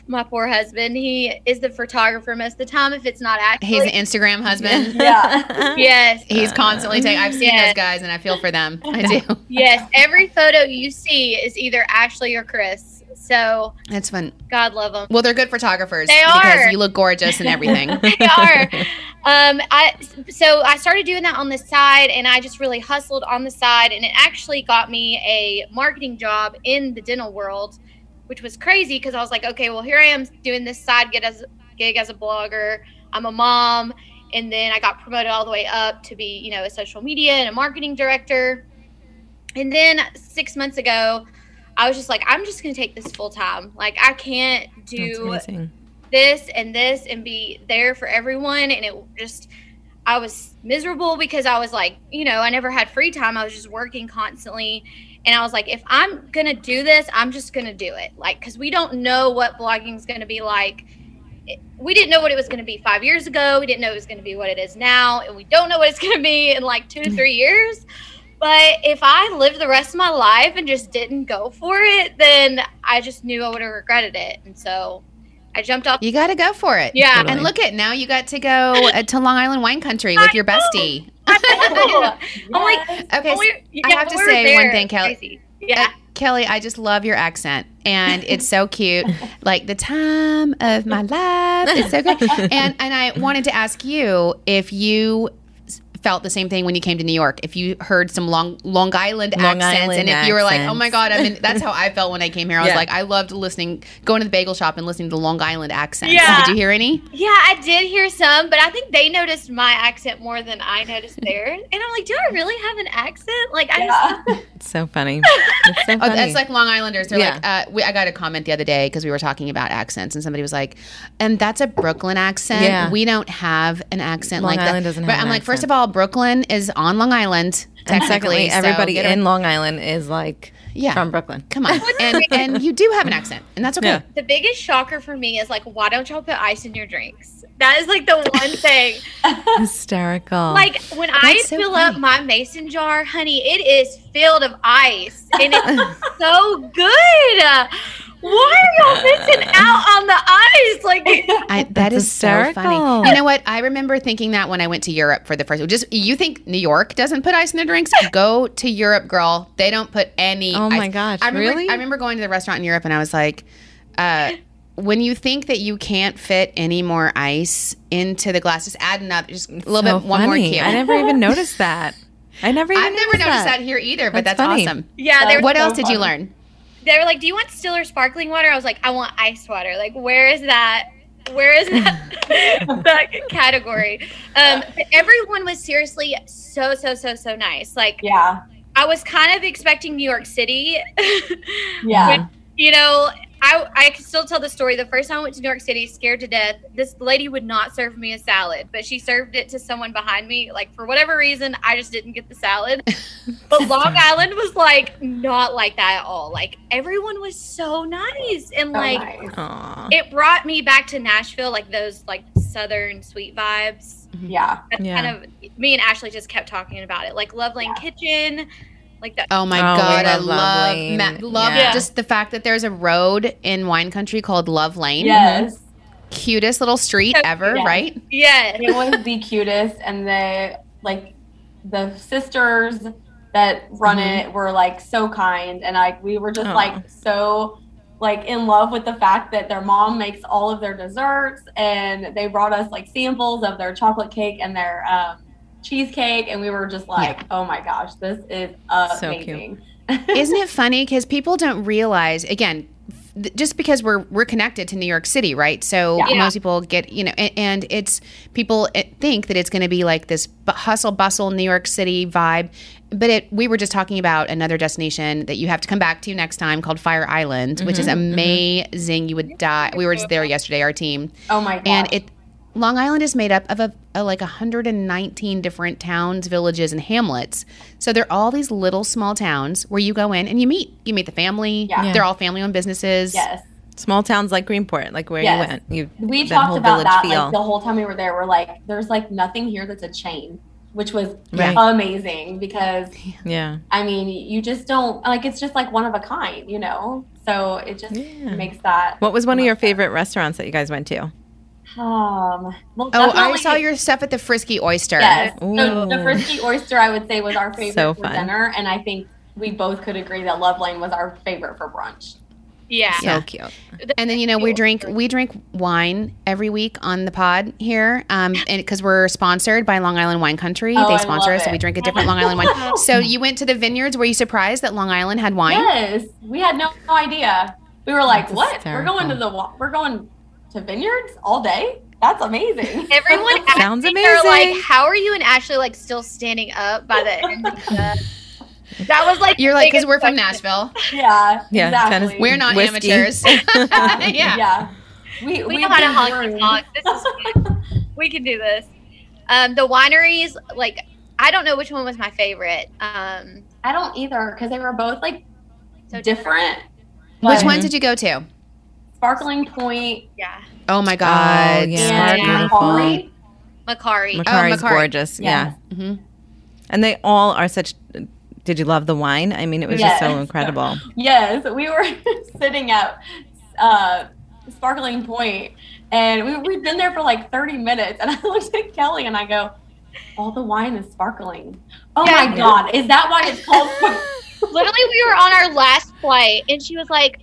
S6: My poor husband. He is the photographer most of the time. If it's not actually,
S3: He's an Instagram husband.
S7: Yeah.
S6: yes,
S3: He's constantly taking I've seen
S6: Yeah.
S3: those guys and I feel for them. I do.
S6: yes. Every photo you see is either Ashley or Chris. So
S3: That's fun.
S6: God love them.
S3: Well, they're good photographers
S6: They
S3: because
S6: are.
S3: you look gorgeous and everything.
S6: they are. Um, I so I started doing that on the side, and I just really hustled on the side, and it actually got me a marketing job in the dental world, which was crazy because I was like, okay, well here I am doing this side gig as gig as a blogger. I'm a mom, and then I got promoted all the way up to be you know a social media and a marketing director, and then six months ago. I was just like, I'm just gonna take this full time. Like, I can't
S1: That's
S6: do
S1: amazing.
S6: this and this and be there for everyone and it just i was miserable because i was like you know i never had free time i was just working constantly and i was like if i'm gonna do this i'm just gonna do it like because we don't know what blogging's gonna be like It- we didn't know what it was gonna be five years ago we didn't know it was gonna be what it is now and we don't know what it's gonna be in like two to three years but if i lived the rest of my life and just didn't go for it then i just knew i would have regretted it and so i jumped off
S3: You got to go for it.
S6: yeah,
S3: And look at now you got to go uh, to Long Island Wine Country with your bestie.
S6: I'm like,
S3: Okay, so-
S6: Oh, we,
S3: I have to say one thing, Uh, Kelly.
S6: Yeah,
S3: Kelly, I just love your accent. And it's so cute. Like the time of my life. It's so good. And and I wanted to ask you if you s- felt the same thing when you came to New York. If you heard some Long Long Island
S1: Long
S3: accents
S1: Island
S3: and if you were like, "Oh
S1: accents.
S3: my god, I mean that's how I felt when I came here." I was
S1: Yeah.
S3: like, I loved listening going to the bagel shop and listening to the Long Island accents.
S6: Yeah.
S3: Did you hear any?
S6: yeah, I did hear some, but I think they noticed my accent more than I noticed theirs. And I'm like, do I really have an accent? Like, I just,
S7: Yeah.
S1: It's so funny. It's so funny.
S3: Oh, that's like Long Islanders. They're
S1: Yeah.
S3: like, uh, we, I got a comment the other day because we were talking about accents, and somebody was like, "And that's a Brooklyn accent.
S1: Yeah.
S3: We don't have an accent
S1: Long
S3: like that."
S1: Island doesn't
S3: but
S1: have
S3: I'm
S1: an
S3: like, first
S1: accent.
S3: of all, Brooklyn is on Long Island.
S1: and secondly,
S3: Technically, so
S1: everybody
S3: get a-
S1: in Long Island is like
S3: yeah.
S1: from Brooklyn.
S3: Come on, and and you do have an accent, and that's okay.
S1: Yeah.
S6: the biggest shocker for me is like, why don't y'all put ice in your drinks? That is like the one thing.
S1: Hysterical.
S6: Like when I
S3: Oh, That's so
S6: fill
S3: funny.
S6: up my mason jar, honey, it is filled of ice, and it's so good. Why are y'all missing out on the ice? Like.
S3: I, that is so funny.
S1: hysterical.
S3: You know what? I remember thinking that when I went to Europe for the first. Just you think New York doesn't put ice in their drinks? Go to Europe, girl. They don't put any.
S1: Oh my
S3: ice.
S1: gosh,
S3: I remember,
S1: really?
S3: I remember going to the restaurant in Europe, and I was like, uh, when you think that you can't fit any more ice into the glass, just add another, just a little
S1: So
S3: bit, one more
S1: funny.
S3: cube.
S1: I never even noticed that. I never even
S3: I've never noticed that. here either, but that's,
S1: That's funny.
S3: awesome.
S6: Yeah, they were,
S3: What
S7: so
S3: else did you
S7: funny.
S3: learn?
S6: they were like, "Do you want still or sparkling water?" I was like, "I want ice water." Like, where is that? Where is that, that category? Um, but everyone was seriously so so so so nice. Like,
S7: Yeah.
S6: I was kind of expecting New York City.
S7: Yeah.
S6: you know, I I can still tell the story. The first time I went to New York City, scared to death. This lady would not serve me a salad, but she served it to someone behind me. Like for whatever reason, I just didn't get the salad. But Long Island was like not like that at all. Like everyone was so nice and
S7: So
S6: like
S7: nice.
S1: Aw.
S6: it brought me back to Nashville, like those like southern sweet vibes.
S7: Yeah.
S6: That's
S1: Yeah.
S6: kind of me and Ashley just kept talking about it. Like Love Lane Kitchen, like that
S3: Oh my
S1: Oh, we
S3: god, I
S1: love
S3: love
S1: Lane.
S3: ma- love
S6: Yeah.
S3: just the fact that there's a road in wine country called Love Lane.
S7: Yes.
S3: cutest little street
S6: So
S3: ever,
S7: cute.
S3: right?
S6: Yeah.
S7: it was the cutest and the like the sisters that run it were like so kind and like we were just
S1: Mm-hmm. Aw.
S7: like so like in love with the fact that their mom makes all of their desserts and they brought us like samples of their chocolate cake and their um, cheesecake and we were just like oh my gosh this is
S1: So cute.
S7: amazing
S3: Isn't it funny? Because people don't realize, again, f- th- just because we're we're connected to New York City, right? So
S6: Yeah.
S3: most people get you know, and, and it's people eh, think that it's going to be like this bu- hustle bustle New York City vibe, but it we were just talking about another destination that you have to come back to next time called Fire Island, which is
S6: Mm-hmm.
S3: amazing. You would die. We were just there yesterday, our team,
S7: Oh my god.
S3: and it Long Island is made up of a, a like 119 different towns, villages, and hamlets. So they're all these little small towns where you go in and you meet. You meet the family.
S7: Yeah.
S1: Yeah.
S3: They're all family-owned businesses.
S7: yes.
S1: Small towns like Greenport, like where
S7: Yes.
S1: you went. You,
S7: We
S1: that
S7: talked
S1: whole
S7: about
S1: village
S7: that
S1: feel.
S7: like the whole time we were there. We're like, there's like nothing here that's a chain, which was
S1: Right.
S7: amazing because
S1: yeah.
S7: I mean, you just don't like it's just like one of a kind, you know. So it just
S1: Yeah.
S7: makes that.
S1: What was one of your favorite restaurants that you guys went to?
S7: Um, well,
S3: Oh, I
S7: definitely-
S3: saw your stuff at the Frisky Oyster.
S7: Yes. So
S1: Ooh.
S7: the frisky oyster, I would say, was our favorite
S1: So
S7: for
S1: fun.
S7: dinner, and I think we both could agree that Love Lane was our favorite for brunch.
S6: Yeah.
S1: So cute.
S3: And then you know we drink we drink wine every week on the pod here, um, and because we're sponsored by Long Island Wine Country,
S7: Oh, I
S3: they sponsor
S7: love
S3: us, so we
S7: it.
S3: drink a different Long Island wine. So you went to the vineyards. Were you surprised that Long Island had wine?
S7: Yes, we had no, no idea. We were like,
S1: That's
S7: "What?
S1: hysterical.
S7: We're going to the wa- we're going to vineyards all day? That's amazing."
S6: Everyone
S1: Sounds
S6: acting, they're like,
S1: amazing.
S6: how are you and Ashley like still standing up by the end of the That was like
S3: You're like because
S6: biggest
S3: we're from
S6: question.
S3: Nashville.
S7: yeah,
S1: Yeah,
S7: exactly.
S1: tennis-
S3: We're not
S1: Whiskey.
S3: amateurs.
S7: yeah,
S3: yeah.
S7: yeah. We
S6: We
S7: we
S6: know how to
S7: been
S6: honky
S7: brewing-
S6: talk. This is fun. we can do this. Um, the wineries, like I don't know which one was my favorite. Um,
S7: I don't either because they were both like
S6: so
S7: different.
S3: Which
S7: But
S3: one did you go to?
S7: Sparkling Point
S6: Yeah,
S3: Oh my god.
S1: Oh, yeah.
S7: and
S6: Sparkling
S7: Macquarie.
S6: Macari.
S1: Macari's
S3: Oh, Macari.
S1: gorgeous. Yeah.
S3: Mhm.
S1: And they all are such. Did you love the wine? I mean, it was just so
S7: Yes.
S1: incredible.
S7: Yes, we were sitting at uh, Sparkling Point, and we, we'd been there for like 30 minutes. And I looked at Kelly and I go, All the wine is sparkling. Oh my
S6: Yeah.
S7: God, is that why it's called sparkling?
S6: Literally, we were on our last flight, and she was like,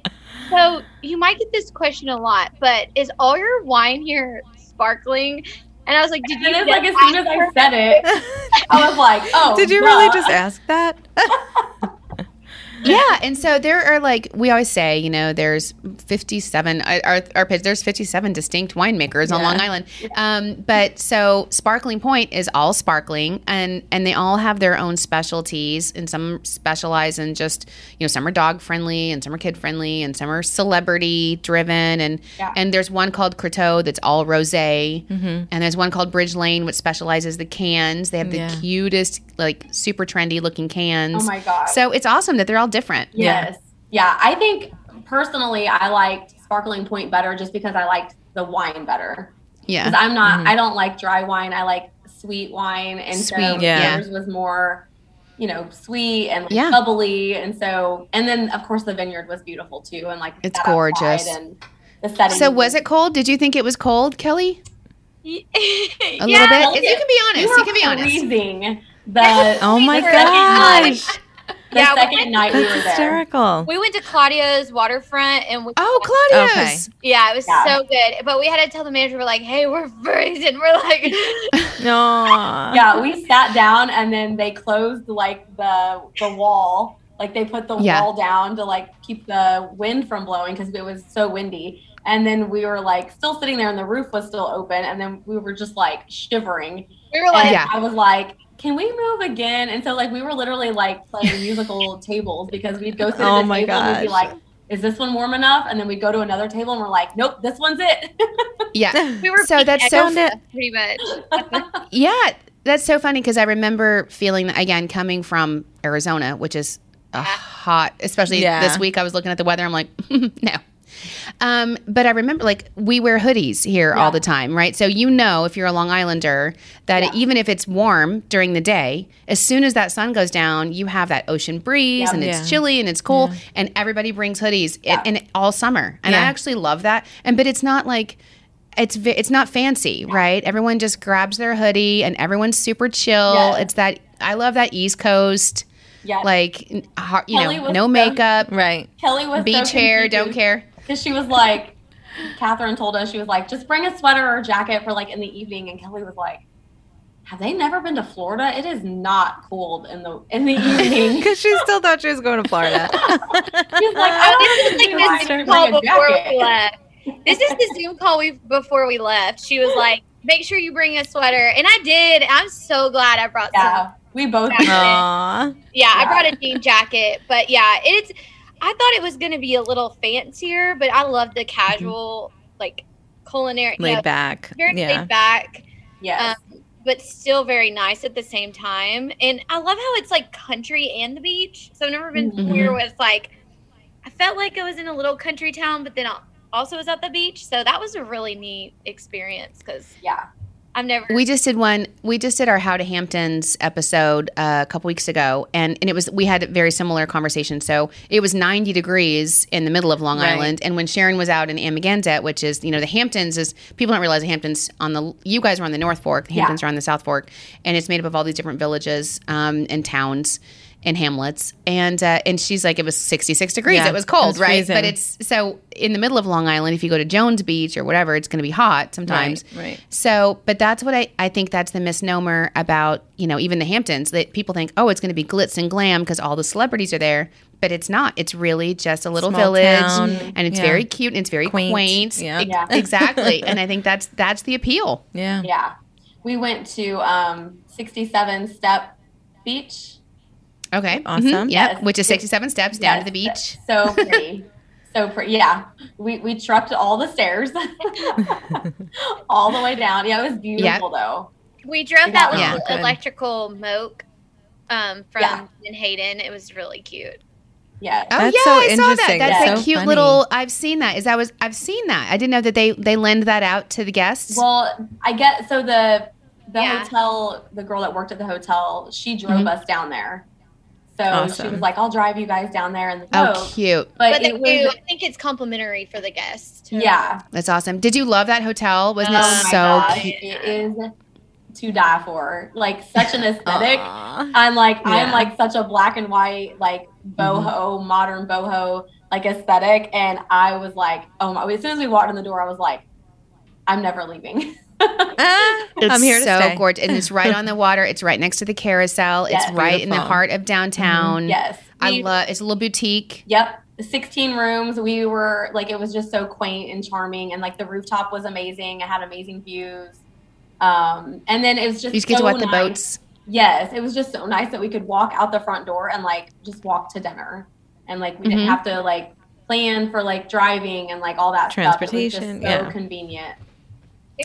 S6: "So you might get this question a lot, but is all your wine here sparkling?" And I was like, "Did you
S7: And it's
S6: just
S7: like, as soon as
S6: ask
S7: I
S6: her?"
S7: said it, I was like, Oh,
S1: Did you
S7: duh.
S1: really just ask that?
S3: Yeah, and so there are like we always say, you know, there's 57 uh, our our pitch there's 57 distinct winemakers on
S1: Yeah.
S3: Long Island. Um but so Sparkling Point is all sparkling and and they all have their own specialties and some specialize in just, you know, some are dog friendly and some are kid friendly and some are celebrity driven and
S7: Yeah.
S3: and there's one called Croteau that's all rosé.
S1: Mm-hmm.
S3: And there's one called Bridge Lane, which specializes the cans. They have the
S1: Yeah.
S3: cutest, like super trendy looking cans.
S7: Oh my God.
S3: so it's awesome that they're all different.
S1: Yeah.
S7: Yes. Yeah. I think personally, I liked Sparkling Point better just because I liked the wine better.
S3: Yeah.
S7: Because I'm
S1: Mhm.
S7: not, I don't like dry wine. I like sweet wine. And so
S3: Sweet,
S1: yeah.
S7: yours was more, you know, sweet and like,
S3: Yeah.
S7: bubbly. And so, and then of course the vineyard was beautiful too. And like, we
S3: It's
S7: sat outside
S3: gorgeous.
S7: And the setting.
S3: So was it cold? Did you think it was cold, Kelly? A
S6: yeah,
S3: little bit. If you can be honest, you,
S7: were
S3: can be honest.
S7: freezing The,
S1: Oh my
S7: the second night-
S1: gosh.
S7: The
S6: Yeah, we
S7: second
S6: went-
S7: night we were
S1: That's
S7: there.
S1: hysterical.
S6: We went to Claudio's waterfront, and we,
S3: Oh, Claudius.
S6: yeah, it was
S7: Yeah.
S6: so good. But we had to tell the manager, we're like, "Hey, we're freezing." We're like,
S1: No.
S7: yeah, we sat down and then they closed like the the wall. Like they put the
S3: Yeah.
S7: wall down to like keep the wind from blowing because it was so windy. And then we were like still sitting there and the roof was still open and then we were just like shivering.
S6: we were
S7: And
S6: like,
S3: Yeah.
S7: I was like, can we move again? And so like we were literally like playing musical tables because we'd go sit at
S1: Oh
S7: a
S1: my
S7: table and we'd be
S1: gosh.
S7: like, is this one warm enough? And then we'd go to another table and we're like, nope, this one's it.
S3: Yeah.
S6: we were
S3: So that's
S6: being
S3: so
S6: extra, pretty much.
S3: Yeah. That's so funny because I remember feeling that again coming from Arizona, which is a hot, especially
S1: Yeah.
S3: this week. I was looking at the weather. I'm like, no. Um, but I remember like we wear hoodies here all the time, right? So you know if you're a Long Islander that even if it's warm during the day, as soon as that sun goes down, you have that ocean breeze
S7: Yeah.
S3: and it's
S1: Yeah.
S3: chilly and it's cool and everybody brings hoodies
S7: Yeah.
S3: and, and all summer. And I
S1: Yeah.
S3: actually love that. And but it's not like it's ve- it's not fancy, right? Everyone just grabs their hoodie and everyone's super chill.
S7: Yes.
S3: It's that I love that East Coast
S7: Yeah.
S3: like n- ho- you
S7: Kelly
S3: know,
S7: was
S3: no
S7: so-
S3: makeup,
S1: Right.
S7: Kelly was
S3: beach
S7: so
S3: hair,
S7: confused.
S3: don't care.
S7: Because she was like, Catherine told us, she was like, just bring a sweater or jacket for like in the evening. And Kelly was like, have they never been to Florida? It is not cold in the in the evening.
S1: Because she still thought she was going to Florida.
S7: She's like,
S6: "Oh, this
S7: I
S6: is
S7: don't like this like
S6: like the Zoom call
S7: a
S6: before
S7: jacket.
S6: we left. This is the Zoom call we before we left. She was like, "Make sure you bring a sweater," and I did. I'm so glad I brought some.
S7: Yeah, we both.
S6: Yeah.
S1: Aw.
S6: Yeah, I
S7: Yeah.
S6: brought a jean jacket, but yeah, it's. I thought it was going to be a little fancier, but I love the casual, like culinary,
S1: Laid
S6: yeah,
S1: back.
S6: very
S1: Yeah.
S6: laid back,
S7: Yes.
S3: Um,
S6: but still very nice at the same time. And I love how it's like country and the beach. So I've never been
S7: Mhm.
S6: where it was like I felt like I was in a little country town, but then I also was at the beach. So that was a really neat experience because
S7: yeah.
S6: I've never.
S3: We just did one. We just did our How to Hamptons episode uh, a couple weeks ago, and and it was we had a very similar conversation. So it was 90 degrees in the middle of Long
S1: Right.
S3: Island, and when Sharon was out in Amagansett, which is you know the Hamptons is people don't realize the Hamptons on the you guys are on the North Fork, the
S7: Yeah.
S3: Hamptons are on the South Fork, and it's made up of all these different villages um, and towns. And hamlets, and uh, and she's like, it was 66 degrees.
S1: Yeah,
S3: it was cold,
S1: it was
S3: right?
S1: freezing.
S3: But it's so in the middle of Long Island. If you go to Jones Beach or whatever, it's going to be hot sometimes.
S1: Right, right.
S3: So, but that's what I, I think that's the misnomer about, you know, even the Hamptons that people think, oh, it's going to be glitz and glam because all the celebrities are there. But it's not. It's really just a little
S1: Small
S3: village
S1: town.
S3: and it's
S1: Yeah.
S3: very cute and it's very
S1: Quaint.
S3: quaint.
S1: Yeah.
S3: Ex-
S7: Yeah.
S3: Exactly. and I think that's that's the appeal.
S1: Yeah.
S7: Yeah. We went to um, 67 Step Beach.
S3: Okay.
S1: Awesome.
S3: Mhm. Yep.
S7: Yes.
S3: Which is 67 steps down
S7: Yes.
S3: to the beach.
S7: So pretty. so pretty. Yeah. We, we trucked all the stairs all the way down. Yeah, it was beautiful though.
S6: We drove that
S7: Yeah.
S6: little
S1: Yeah.
S6: electrical moke um, from
S7: Yeah.
S6: in Hayden. It was really cute.
S7: Yeah.
S3: Oh
S1: That's
S3: yeah,
S1: so
S3: I saw that.
S1: interesting.
S3: That's
S7: That's
S3: a
S1: so
S3: cute
S1: funny.
S3: little. I've seen that. Is that was I've seen that. I didn't know that they they lend that out to the guests.
S7: Well, I get so the the
S6: Yeah.
S7: hotel, the girl that worked at the hotel, she drove us down there. So she
S1: Awesome.
S7: was like, "I'll drive you guys down there." And
S3: oh,
S7: oh,
S3: cute.
S7: but,
S6: But, they
S7: it
S6: do,
S7: was
S6: I think it's complimentary for the guests. to-
S7: yeah.
S3: That's awesome. Did you love that hotel? Wasn't
S6: Oh
S3: it so
S6: my God.
S3: cute?
S7: It is to die for. Like such an aesthetic.
S1: Aw.
S7: I'm like I'm
S1: Yeah.
S7: like such a black and white like boho modern boho like aesthetic, and I was like, oh my! As soon as we walked in the door, I was like, I'm never leaving.
S1: Ah,
S3: It's
S1: I'm here to
S3: so
S1: stay.
S3: gorgeous, and it's right on the water. It's right next to the carousel. It's
S7: Yes. Mm-hmm.
S3: right in the
S1: Beautiful.
S3: heart of downtown.
S7: yes,
S3: I
S7: We-
S3: love. It's a little boutique.
S7: Yep, 16 rooms. We were like it was just so quaint and charming, and like the rooftop was amazing. It had amazing views. Um, and then it was just
S3: You just get
S7: so
S3: to watch the
S7: nice.
S3: boats.
S7: Yes, it was just so nice that we could walk out the front door and like just walk to dinner, and like we didn't
S3: Mhm.
S7: have to like plan for like driving and like all that Stuff. It
S1: Transportation,
S7: was just so
S1: yeah.
S7: convenient.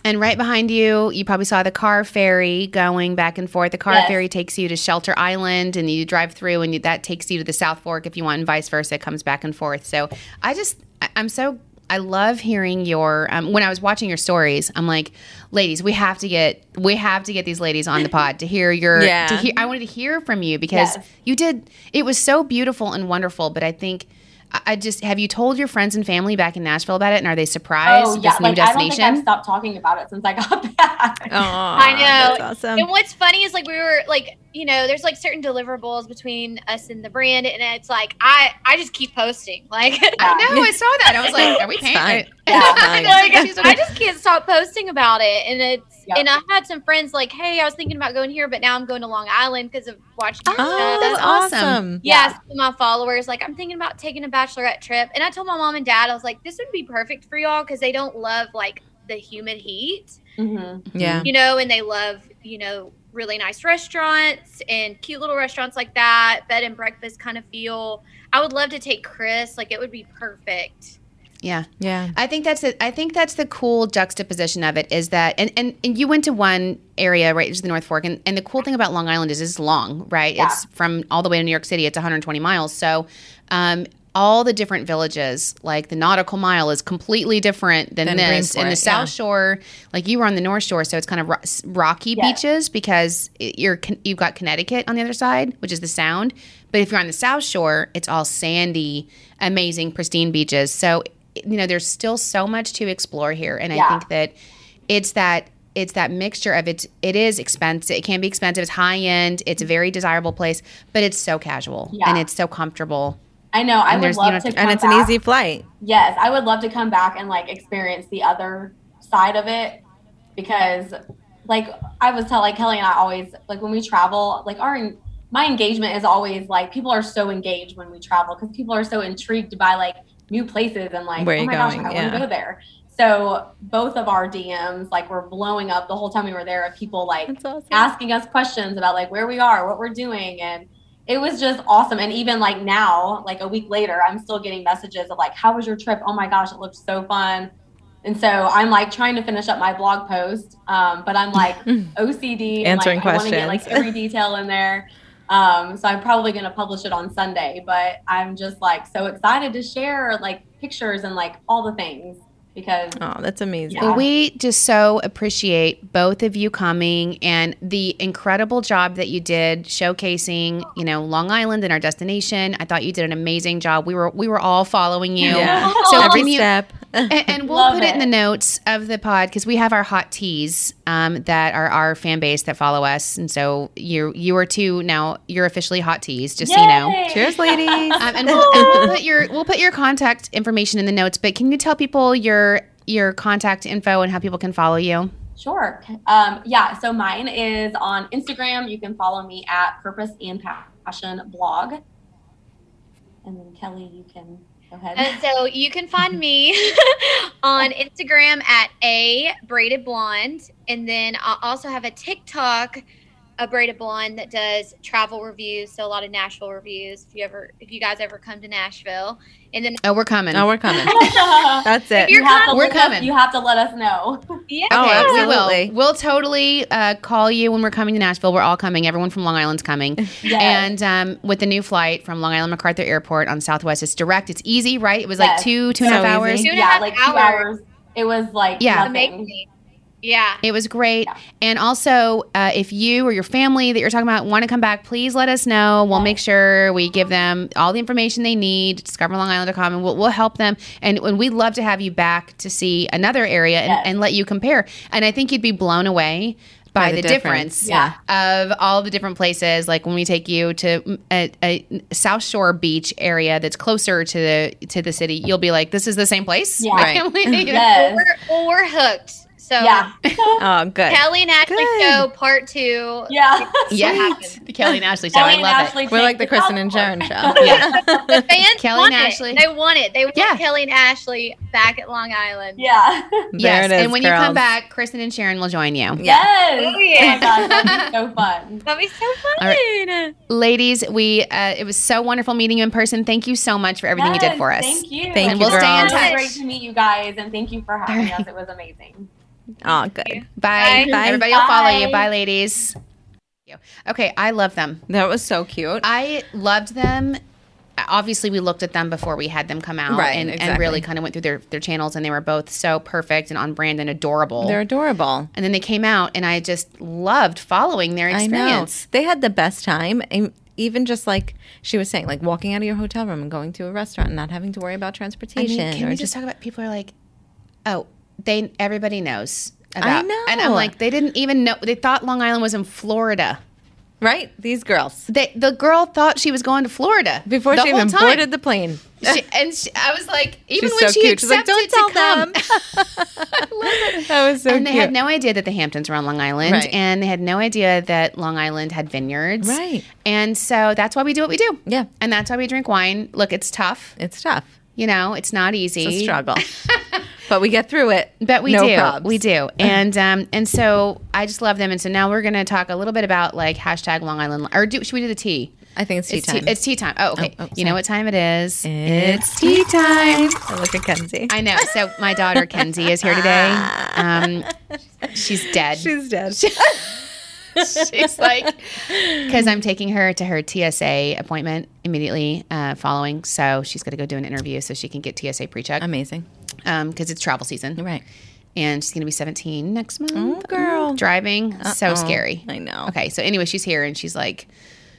S3: And right behind you, you probably saw the car ferry going back and forth. The car
S7: Yes.
S3: ferry takes you to Shelter Island, and you drive through, and you, that takes you to the South Fork if you want, and vice versa. It comes back and forth. So I just, I- I'm so, I love hearing your. Um, when I was watching your stories, I'm like, ladies, we have to get, we have to get these ladies on the pod to hear your.
S1: Yeah.
S3: To hear, I wanted to hear from you because
S7: Yes.
S3: you did. It was so beautiful and wonderful, but I think. I- I just have you told your friends and family back in Nashville about it, and are they surprised
S7: Oh
S3: at
S7: yeah,
S3: this new
S7: like I don't
S3: destination? Oh,
S7: think I've stopped talking about it since I got back.
S1: Aw,
S6: I know.
S1: That's awesome.
S6: and what's funny is like we were like you know there's like certain deliverables between us and the brand and it's like i i just keep posting like
S3: I know. I saw that. I was like, "Are we
S1: It's fine.
S3: paying?"
S1: Yeah.
S6: like,
S3: She's
S6: i
S3: like-
S6: just can't stop posting about it and it's
S7: Yep.
S6: and i had some friends like hey i was thinking about going here but now i'm going to long island because of watching your
S1: Oh,
S6: show."
S1: that's
S3: awesome.
S1: awesome.
S6: Yes, to my followers, like I'm thinking about taking a bachelorette trip, and I told my mom and dad, I was like, this would be perfect for y'all because they don't love like the humid heat,
S7: hmm
S1: Yeah.
S6: you know, and they love you know really nice restaurants and cute little restaurants like that, bed and breakfast kind of feel. I would love to take Chris, like it would be perfect.
S3: Yeah,
S1: Yeah.
S3: I think that's the I think that's the cool juxtaposition of it is that and and, and you went to one area right, which is the North Fork, and, and the cool thing about Long Island is it's long, right?
S7: Yeah.
S3: It's from all the way to New York City. It's 120 miles, so. Um, all the different villages, like the nautical mile, is completely different than
S1: Than
S3: this. And
S1: Greensport,
S3: the South
S1: yeah.
S3: Shore, like you were on the North Shore, so it's kind of ro- s- rocky
S7: Yeah.
S3: beaches because it, you're con- you've got Connecticut on the other side, which is the Sound. But if you're on the South Shore, it's all sandy, amazing, pristine beaches. So you know there's still so much to explore here, and I
S7: Yeah.
S3: think that it's that it's that mixture of it's it is expensive. It can be expensive. It's high end. It's a very desirable place, but it's so casual
S7: Yeah.
S3: and it's so comfortable.
S7: I know. I
S3: And
S7: would
S3: there's- you
S7: love
S3: don't
S7: to.
S3: have
S7: come
S1: And it's an
S7: back.
S1: easy flight.
S7: Yes, I would love to come back and like experience the other side of it because like I was telling like Kelly and I always like when we travel, like our en- my engagement is always like people are so engaged when we travel because people are so intrigued by like new places and like
S1: Where
S7: oh
S1: you
S7: my
S1: going?
S7: gosh, I want
S1: Yeah.
S7: to go there. So both of our DMs like were blowing up the whole time we were there of people like
S1: That's awesome.
S7: asking us questions about like where we are, what we're doing, and it was just awesome. And even like now, like a week later, I'm still getting messages of like, "How was your trip? Oh my gosh, it looked so fun." And so I'm like trying to finish up my blog post, um, but I'm like OCD,
S1: Answering
S7: and, like, I wanna get like
S1: questions.
S7: every detail in there. Um, so I'm probably gonna publish it on Sunday, but I'm just like so excited to share like pictures and like all the things because
S1: Oh, that's amazing.
S7: Yeah.
S3: Well, we just so appreciate both of you coming and the incredible job that you did showcasing, you know, Long Island and our destination. I thought you did an amazing job. We were we were all following you.
S1: Yeah.
S3: So
S1: Every
S3: can you-
S1: step.
S3: And, and we'll
S7: Love
S3: put it. in
S7: it.
S3: the notes of the pod because we have our hot teas um, that are our fan base that follow us, and so you you are two now. You're officially hot teas, just so you know.
S7: Yay!
S1: Cheers, ladies.
S3: Um, and, we'll, and we'll put your we'll put your contact information in the notes. But can you tell people your your contact info and how people can follow you?
S7: Sure. Um, yeah. So mine is on Instagram. You can follow me at Purpose and Passion blog. And then Kelly, you can go
S6: And
S7: ahead.
S6: so you can find me on Instagram at a braided blonde, and then I also have a TikTok, a braided blonde that does travel reviews, so a lot of Nashville reviews. If you ever, if you guys ever come to Nashville, and then
S3: Oh, we're coming.
S1: oh, we're coming. That's it.
S6: You're
S7: You have to
S3: We're
S7: let us-
S3: coming.
S7: you have to let us know.
S6: yeah,
S1: Oh,
S3: Okay, we
S1: absolutely.
S3: will. We'll totally uh, call you when we're coming to Nashville. We're all coming. Everyone from Long Island's coming.
S7: Yes.
S3: And um, with the new flight from Long Island MacArthur Airport on Southwest, it's direct. It's easy, right? It was like
S7: Yes.
S3: two, two and a half
S1: So easy.
S3: hours.
S6: Two and a
S7: yeah,
S6: half
S7: like two
S6: hours.
S7: hours. It was like
S3: Yeah.
S7: nothing.
S6: amazing. Yeah,
S3: It was great.
S7: Yeah.
S3: And also, uh, if you or your family that you're talking about want to come back, please let us know. We'll make sure we give them all the information they need, discoverlongisland.com, and we'll, we'll help them. And, and we'd love to have you back to see another area and,
S7: Yes.
S3: and let you compare. And I think you'd be blown away. By, the, difference,
S7: Yeah.
S3: of all the different places, like when we take you to mm, a, a South Shore beach area that's closer to the to the city, you'll be like, "This is the same place."
S7: Yeah.
S3: I
S1: Right.
S3: can't believe it.
S6: Well,
S7: Yes.
S6: we're, well, we're hooked. So
S7: Yeah.
S1: Oh, good.
S6: Kelly and Ashley
S1: Good.
S6: show part two.
S7: Yeah.
S3: Yeah,
S6: Sweet.
S3: Kelly and Ashley show.
S7: Kelly
S3: I
S7: and
S3: love it.
S7: Ashley
S1: We're
S7: take
S1: like the
S7: it
S1: Kristen
S7: out.
S1: and Sharon show.
S3: Yeah.
S6: The fans
S3: Kelly
S6: want
S3: and
S6: it.
S3: Ashley.
S6: They want it. They want
S3: Yeah.
S6: Kelly and Ashley back at Long Island.
S7: Yeah.
S1: There it is.
S3: And when you
S1: girls.
S3: come back, Kristen and Sharon will join
S1: Yeah.
S3: you.
S7: Yes.
S6: Oh, yeah.
S7: Oh my gosh, that was so fun.
S6: That'd be so fun.
S3: All Ladies, we uh, it was so wonderful meeting you in person. Thank you so much for everything you did
S7: Yes,
S3: for us.
S7: Thank you.
S1: Thank
S3: And you, we'll stay in girls. touch.
S7: It was great to meet you guys, and thank you for having
S3: All
S7: us. It was amazing.
S1: Oh, good.
S3: Bye.
S6: Bye.
S1: Bye.
S3: Everybody will follow you.
S7: Bye.
S3: Bye, ladies. Thank you. Okay, I love them.
S1: That was so cute.
S3: I loved them. Obviously, we looked at them before we had them come out,
S1: Right,
S3: and, and
S1: exactly.
S3: really kind of went through their, their channels, and they were both so perfect and on brand and adorable.
S1: They're adorable.
S3: and then they came out, and I just loved following their experience.
S1: I know. They had the best time. And even just like she was saying, like walking out of your hotel room and going to a restaurant and not having to worry about
S3: I mean,
S1: transportation.
S3: can
S1: or
S3: we just talk about people are like, oh, they everybody knows about.
S1: I
S3: and I'm
S1: know.
S3: like, they didn't even know. They thought Long Island was in Florida.
S1: right? These girls.
S3: They, the girl thought she was going to Florida
S1: Before
S3: the
S1: she
S3: whole
S1: even
S3: time.
S1: boarded the plane.
S3: She, and she, I was like, even
S1: She's
S3: when
S1: so
S3: she
S1: cute. She's like,
S3: accepted
S1: "Don't tell
S3: to come,
S1: them." That was so
S3: and they
S1: cute.
S3: had no idea that the Hamptons were on Long Island,
S1: Right.
S3: and they had no idea that Long Island had vineyards,
S1: Right.
S3: And so that's why we do what we do,
S1: yeah,
S3: and that's why we drink wine. Look, it's tough,
S1: it's tough.
S3: you know, it's not easy,
S1: It's a struggle. but we get through it.
S3: But we
S1: No
S3: do.
S1: probs.
S3: We do. And um and so I just love them. And so now we're gonna talk a little bit about like hashtag Long Island or do should we do the tea?
S1: I think it's tea
S3: it's
S1: time.
S3: tea it's tea time. Oh, okay.
S1: Oh, oh,
S3: you know
S1: sorry.
S3: what time it is.
S1: It's
S3: tea time.
S1: Oh, look at Kenzie.
S3: I know. So my daughter Kenzie is here today. Um she's dead.
S1: She's dead.
S3: She's like, because I'm taking her to her TSA appointment immediately uh, following. So she's going to go do an interview so she can get TSA pre check
S1: Amazing.
S3: because um, it's travel season.
S1: Right.
S3: and she's gonna be 17 next month.
S1: Oh, girl.
S3: Mm, driving so
S1: Uh-oh.
S3: scary.
S1: I know.
S3: Okay, so anyway, she's here and she's like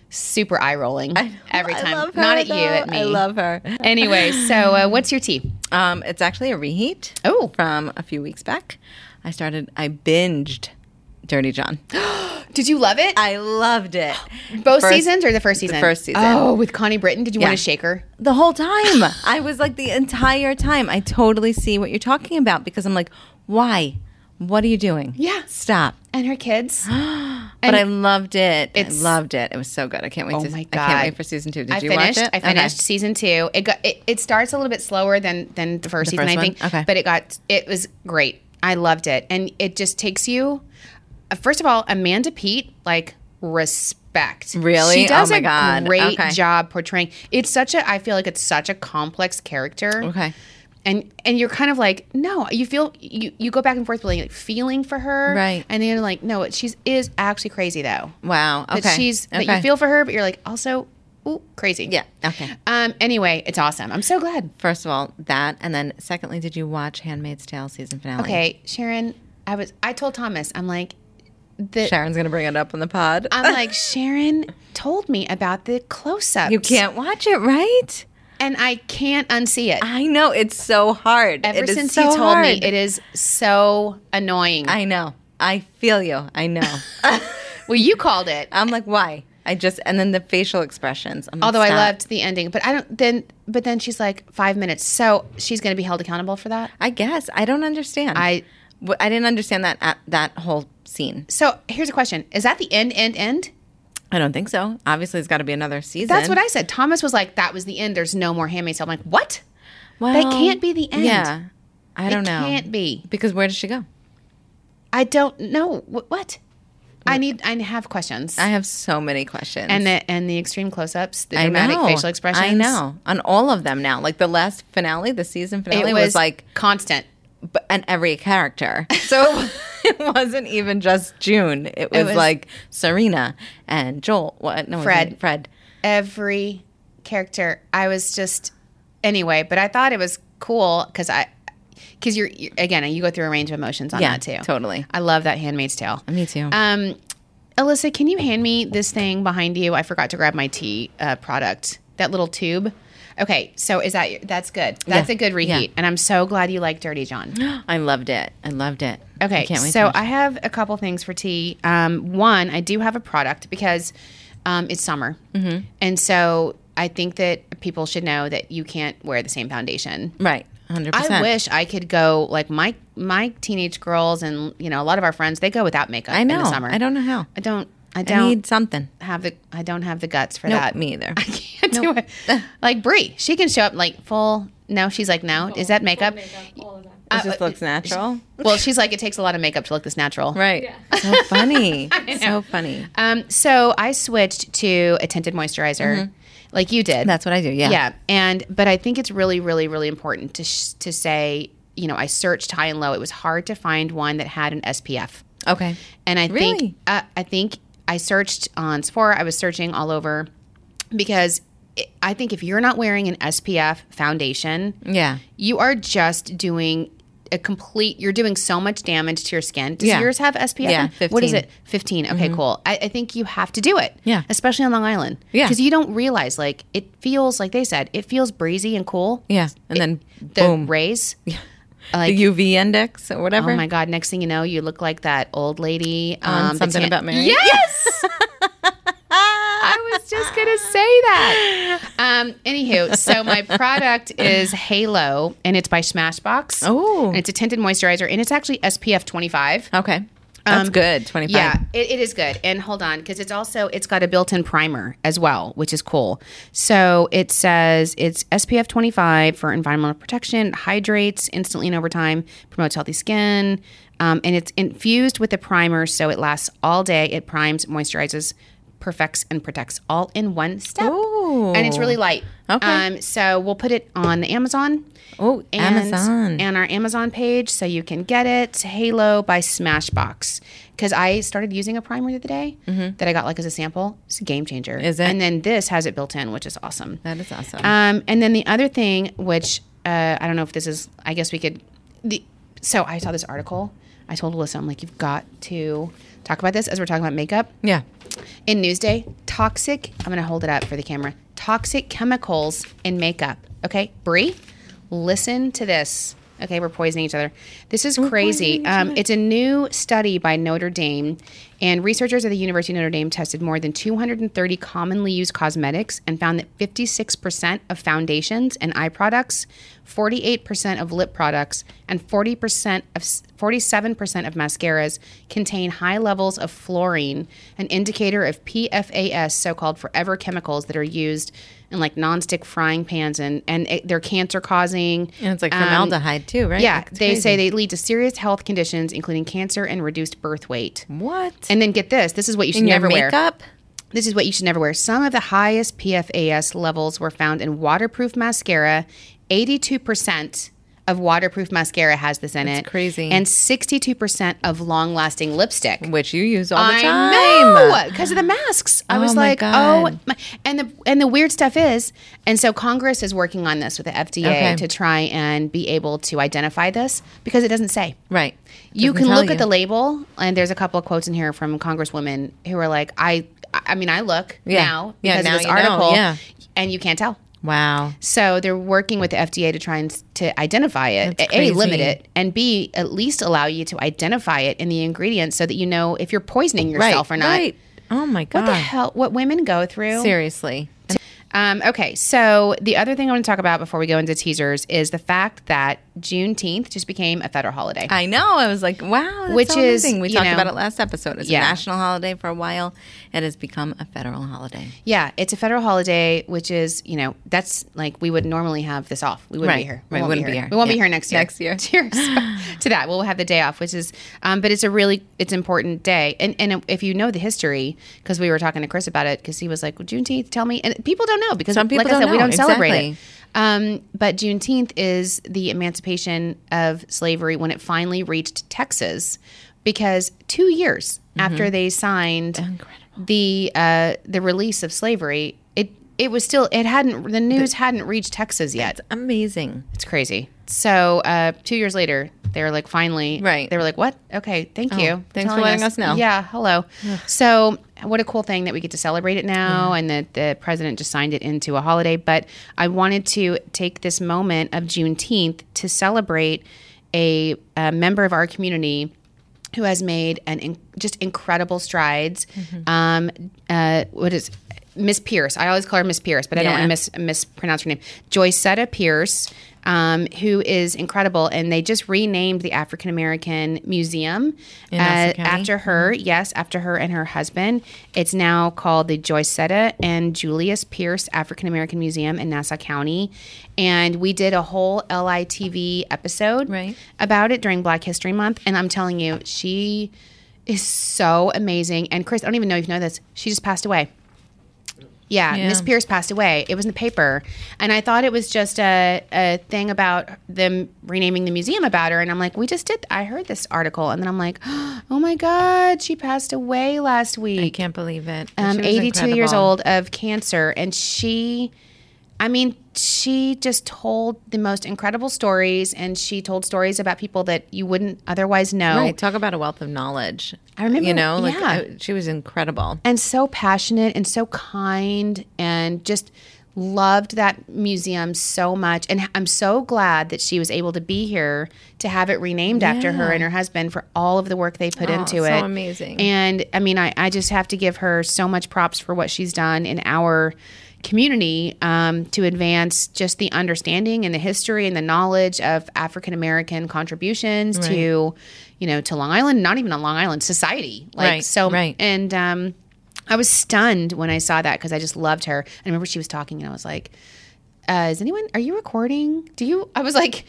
S3: super eye rolling every
S1: I
S3: time.
S1: love her,
S3: Not at you,
S1: though.
S3: at me.
S1: I love her.
S3: Anyway, so uh, what's your tea?
S1: Um, it's actually a reheat.
S3: Oh.
S1: from a few weeks back. I started. I binged Dirty John.
S3: Did you love it?
S1: I loved it.
S3: Both
S1: First-
S3: seasons or the first
S1: the
S3: season?
S1: first season.
S3: Oh, with Connie Britton. Did you
S1: Yeah.
S3: want to shake her?
S1: The whole time. I was like the entire time. I totally see what you're talking about because I'm like, why? What are you doing?
S3: Yeah.
S1: Stop.
S3: And her kids.
S1: But
S3: And
S1: I loved it. I
S3: it's-
S1: loved it. It was so good. I can't wait
S3: Oh
S1: to
S3: my
S1: I can't
S3: God.
S1: wait for season 2. Did
S3: I
S1: you
S3: finished.
S1: watch it?
S3: I
S1: Okay.
S3: finished season two. It got it, it starts a little bit slower than than the first
S1: The
S3: season,
S1: first
S3: I
S1: one?
S3: think.
S1: Okay.
S3: But it got it was great. I loved it, and it just takes you. uh, First of all, Amanda Pete, like respect.
S1: Really?
S3: she
S1: Oh
S3: does
S1: my
S3: a
S1: God.
S3: great
S1: Okay.
S3: job portraying. It's such a. I feel like it's such a complex character.
S1: Okay.
S3: And, and you're kind of like no you feel you, you go back and forth like feeling for her
S1: Right.
S3: and then you're like no it, she's is actually crazy though
S1: Wow. Okay.
S3: that she's
S1: okay.
S3: that you feel for her, but you're like also ooh crazy.
S1: Yeah. Okay.
S3: Um. Anyway, it's awesome. I'm so glad.
S1: First of all, that and then secondly, did you watch Handmaid's Tale season finale?
S3: Okay, Sharon. I was. I told Thomas. I'm like the.
S1: Sharon's going to bring it up on the pod.
S3: I'm like Sharon told me about the close-ups.
S1: you can't watch it, right?
S3: and I can't unsee it.
S1: I know it's so hard.
S3: Ever
S1: It is
S3: since
S1: so
S3: you told
S1: hard.
S3: me, it is so annoying.
S1: I know. I feel you. I know.
S3: well, you called it.
S1: I'm like, why? I just and then the facial expressions. I'm like,
S3: Although I
S1: stop.
S3: loved the ending, but I don't. Then, but then she's like five minutes, so she's going to be held accountable for that.
S1: I guess I don't understand.
S3: I-
S1: W- I didn't understand that at that whole scene.
S3: So here's a question: Is that the end? End? End?
S1: I don't think so. Obviously, it's got to be another season.
S3: That's what I said. Thomas was like, "That was the end. There's no more Handmaid's Tale." I'm like, "What?
S1: Well,
S3: That can't be the end.
S1: Yeah, I don't know.
S3: Can't be.
S1: because where does she go?
S3: I don't know Wh- what. I need. I have questions.
S1: I have so many questions.
S3: and the and the extreme close-ups, the
S1: I
S3: dramatic
S1: know.
S3: facial expressions.
S1: I know on all of them now. Like the last finale, the season
S3: It
S1: finale
S3: was,
S1: was like
S3: constant.
S1: but and every character. So it wasn't even just June. It was,
S3: was-
S1: like Serena and Joel. What? No, it was
S3: Fred.
S1: like Fred.
S3: Every character. I was just anyway, but I thought it was cool because I because you're, you're again you go through a range of emotions on
S1: Yeah,
S3: that too.
S1: totally.
S3: I love that Handmaid's Tale.
S1: Me too.
S3: Um, Alyssa, can you hand me this thing behind you? I forgot to grab my tea uh, product. That little tube. Okay, so is that your- that's good? That's
S1: Yeah.
S3: a good reheat,
S1: Yeah.
S3: and I'm so glad you like Dirty John.
S1: I loved it. I loved it.
S3: Okay,
S1: I can't wait.
S3: so
S1: to
S3: I have a couple things for tea. Um, one, I do have a product because um, it's summer,
S1: Mm-hmm.
S3: and so I think that people should know that you can't wear the same foundation.
S1: right, hundred percent.
S3: I wish I could go like my my teenage girls and you know a lot of our friends they go without makeup
S1: I
S3: in
S1: know.
S3: the summer.
S1: I don't know how.
S3: I don't. I
S1: I,
S3: don't uh,
S1: need something.
S3: have the I don't have the guts for
S1: No,
S3: that.
S1: me either.
S3: I can't do it. Like Brie, she can show up like full. No, she's like no. Is that makeup?
S1: It just looks natural,
S3: Well, she's like it takes a lot of makeup to look this natural.
S1: right? So funny. so funny.
S3: Um. So I switched to a tinted moisturizer, like you did.
S1: Mm-hmm. That's what I do. Yeah.
S3: yeah. And but I think it's really, really, really important to sh- to say. You know, I searched high and low. It was hard to find one that had an SPF.
S1: Okay.
S3: And I think
S1: Really?
S3: uh, I think I searched on Sephora. I was searching all over because it, I think if you're not wearing an SPF foundation,
S1: Yeah.
S3: you are just doing a complete. You're doing so much damage to your skin. Does
S1: Yeah.
S3: yours have SPF?
S1: Yeah,
S3: What is
S1: 15.
S3: it? Fifteen. Okay, cool. I, I think you have to do it.
S1: Yeah.
S3: especially on Long Island.
S1: Yeah.
S3: because you don't realize like it feels like they said it feels breezy and cool.
S1: Yeah. And then
S3: The
S1: boom,
S3: rays.
S1: the
S3: Like
S1: UV index or whatever.
S3: Oh my god! Next thing you know, you look like that old lady.
S1: On
S3: that's
S1: something
S3: hand-
S1: about Mary.
S3: Yes. I was just gonna say that. Um, anywho, so my product is Halo, and it's by Smashbox.
S1: Oh.
S3: and it's a tinted moisturizer, and it's actually SPF 25.
S1: Okay. That's
S3: Um,
S1: good. Twenty five.
S3: Yeah, it, it is good. And hold on, because it's also it's got a built-in primer as well, which is cool. So it says it's SPF 25 for environmental protection, hydrates instantly and over time, promotes healthy skin, um, and it's infused with a primer, so it lasts all day. It primes, moisturizes, perfects, and protects all in one step. And it's really light.
S1: Okay.
S3: Um, so we'll put it on the Amazon
S1: Oh,
S3: and,
S1: Amazon.
S3: and our Amazon page, so you can get it. Halo by Smashbox. Because I started using a primer the other day that I got like as a sample. It's a game changer.
S1: Mm-hmm. Is it?
S3: And then this has it built in, which is awesome.
S1: that is awesome.
S3: Um, and then the other thing, which uh, I don't know if this is, I guess we could. The, so I saw this article. I told Alyssa, I'm like, you've got to talk about this as we're talking about makeup
S1: yeah.
S3: in Newsday, toxic. I'm going to hold it up for the camera. Toxic chemicals in makeup. Okay, Brie, listen to this. Okay, we're poisoning each other. This is crazy. Um, it's a new study by Notre Dame, And researchers at the University of Notre Dame tested more than 230 commonly used cosmetics and found that 56% of foundations and eye products, 48% of lip products, and 40% of 47% of mascaras contain high levels of fluorine, an indicator of PFAS, so-called forever chemicals that are used in like nonstick frying pans and and it- they're cancer causing.
S1: And it's like
S3: um,
S1: formaldehyde too, right?
S3: Yeah,
S1: It's
S3: they
S1: crazy.
S3: say they lead to serious health conditions, including cancer and reduced birth weight.
S1: what?
S3: And then get this: this is what you should
S1: And your
S3: never wear.
S1: makeup.
S3: This is what you should never wear. Some of the highest PFAS levels were found in waterproof mascara. 82% of waterproof mascara has this in it.
S1: crazy.
S3: And 62% of long lasting lipstick.
S1: which you use all the time.
S3: I know because of the masks. I
S1: Oh
S3: was
S1: my
S3: like, oh,
S1: God.
S3: my, and the and the weird stuff is, and so Congress is working on this with the FDA
S1: Okay.
S3: to try and be able to identify this because it doesn't say.
S1: Right.
S3: You
S1: Doesn't
S3: can
S1: tell
S3: look at
S1: you.
S3: the label, and there's a couple of quotes in here from congresswomen who are like, I, I mean, I look
S1: Yeah.
S3: now
S1: Yeah,
S3: because
S1: now
S3: of this
S1: you know,
S3: article,
S1: yeah.
S3: and you can't tell.
S1: Wow.
S3: So they're working with the FDA to try and s- to identify it.
S1: That's
S3: a, limit
S1: crazy.
S3: it, and B, at least allow you to identify it in the ingredients so that you know if you're poisoning yourself
S1: right.
S3: or not.
S1: Right. Oh my god.
S3: What the hell? What women go through?
S1: Seriously.
S3: Um, okay, so the other thing I want to talk about before we go into teasers is the fact that Juneteenth just became a federal holiday.
S1: I know. I was like, wow, that's
S3: Which
S1: so
S3: is,
S1: amazing. We
S3: you
S1: talked
S3: know-
S1: about it last episode. It's
S3: Yeah.
S1: a national holiday for a while. It has become a federal holiday.
S3: yeah, it's a federal holiday, which is you know that's like we would normally have this off. We wouldn't be
S1: Right,
S3: here.
S1: right,
S3: won't
S1: wouldn't be here.
S3: We won't be
S1: Yeah.
S3: here next year.
S1: Next year.
S3: Cheers to that. We'll have the day off, which is, um, but it's a really it's important day. And and if you know the history, because we were talking to Chris about it, because he was like, well, Juneteenth, tell me. And people don't know because
S1: Some people
S3: like I said,
S1: don't
S3: we
S1: know.
S3: don't celebrate it.
S1: Exactly.
S3: Um, but Juneteenth is the emancipation of slavery when it finally reached Texas, because two years after they signed the uh, the release of slavery, it it was still it hadn't the news hadn't reached Texas yet.
S1: Amazing.
S3: It's crazy. So uh, two years later, they were like, finally,
S1: Right. Oh,
S3: They were like, what? Okay, thank you.
S1: thanks for
S3: telling
S1: letting us know.
S3: Yeah, hello. So what a cool thing that we get to celebrate it now, and that the president just signed it into a holiday. But I wanted to take this moment of Juneteenth to celebrate a, a member of our community who has made an in, just incredible strides.
S1: Mm-hmm.
S3: Um, uh, what is Miss Pierce? I always call her Miss Pierce, but I don't want to
S1: Yeah.
S3: mis- mispronounce her name. Joycetta Pierce, um, who is incredible, and they just renamed the African American Museum uh,
S1: Nassau County? Mm-hmm.
S3: after her. Yes, after her and her husband. It's now called the Joycetta and Julius Pierce African American Museum in Nassau County, and we did a whole LITV episode
S1: Right.
S3: about it during Black History Month, and I'm telling you, she is so amazing. And Chris, I don't even know if you know this. She just passed away. Yeah,
S1: Yeah.
S3: Miss Pierce passed away. It was in the paper, and I thought it was just a, a thing about them renaming the museum about her. And I'm like, we just did. I heard this article, and then I'm like, oh my god, she passed away last
S1: I
S3: week
S1: can't believe it.
S3: um,
S1: She was
S3: 82 years
S1: incredible.
S3: old of cancer and she i mean she just told the most incredible stories and she told stories about people that you wouldn't otherwise know
S1: Right. Talk about a wealth of knowledge.
S3: I remember-
S1: You know, like
S3: yeah.
S1: I- she was incredible.
S3: and so passionate and so kind and just loved that museum so much and i'm so glad that she was able to be here to have it renamed after her and her husband for all of the work they put
S1: Oh,
S3: into
S1: so
S3: it
S1: amazing.
S3: and i mean I, I just have to give her so much props for what she's done in our community um, to advance just the understanding and the history and the knowledge of african american contributions to you know to long island not even on long island society like
S1: Right,
S3: so
S1: right.
S3: and um, I was stunned when I saw that because I just loved her. And I remember she was talking, and I was like, uh, "Is anyone? Are you recording? Do you?" I was like,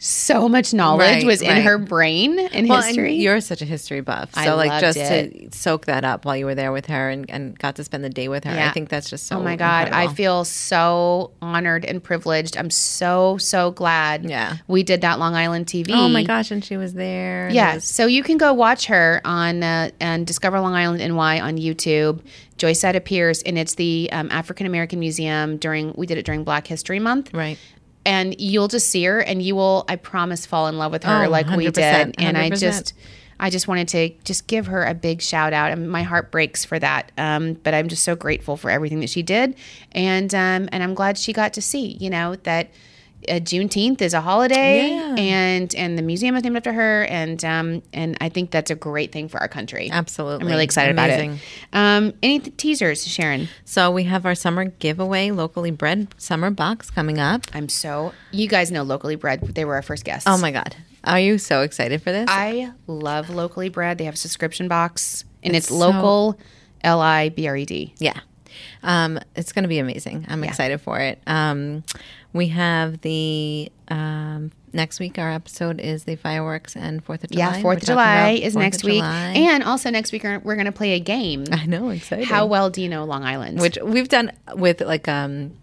S3: so much knowledge
S1: Right,
S3: was in
S1: right.
S3: her brain in
S1: Well,
S3: history.
S1: and you're such a history buff, so
S3: I
S1: like
S3: loved
S1: just
S3: it.
S1: to soak that up while you were there with her and, and got to spend the day with her.
S3: Yeah.
S1: I think that's just so.
S3: oh my god, I
S1: incredible.
S3: feel so honored and privileged. I'm so so glad.
S1: Yeah.
S3: we did that Long Island TV.
S1: Oh my gosh, and she was there. and it
S3: Yeah,
S1: was-
S3: so you can go watch her on uh, and Discover Long Island NY on YouTube. Joycetta Pierce, and it's the um, African American Museum during we did it during Black History Month.
S1: right.
S3: and you'll just see her and you will i promise fall in love with her
S1: Oh,
S3: like we
S1: 100%,
S3: did and i
S1: 100%.
S3: just i just wanted to just give her a big shout out and my heart breaks for that um, but i'm just so grateful for everything that she did and um, and i'm glad she got to see you know that uh, Juneteenth is a holiday,
S1: Yeah.
S3: and and the museum is named after her, and um and I think that's a great thing for our country.
S1: Absolutely.
S3: I'm really excited
S8: Amazing.
S3: about it. Um, any th- teasers, Sharon?
S1: So we have our summer giveaway, locally bred summer box coming up.
S3: I'm so you guys know locally bred. They were our first guests.
S1: Oh my God. Are you so excited for this?
S3: I love locally bred. They have a subscription box, and it's,
S1: so-
S3: local, L I B R E D.
S1: Yeah. Um, it's going to be amazing. I'm excited for it. Um, we have the um, next week, our episode is the fireworks and 4th of July.
S3: Yeah,
S1: We're
S3: Fourth of
S1: talking
S3: July
S1: about
S3: is
S1: 4th of
S3: next week,
S1: July.
S3: and also next week we're, we're going to play a game.
S1: I know, excited.
S3: How well do you know Long Island?
S1: Which we've done with like, um,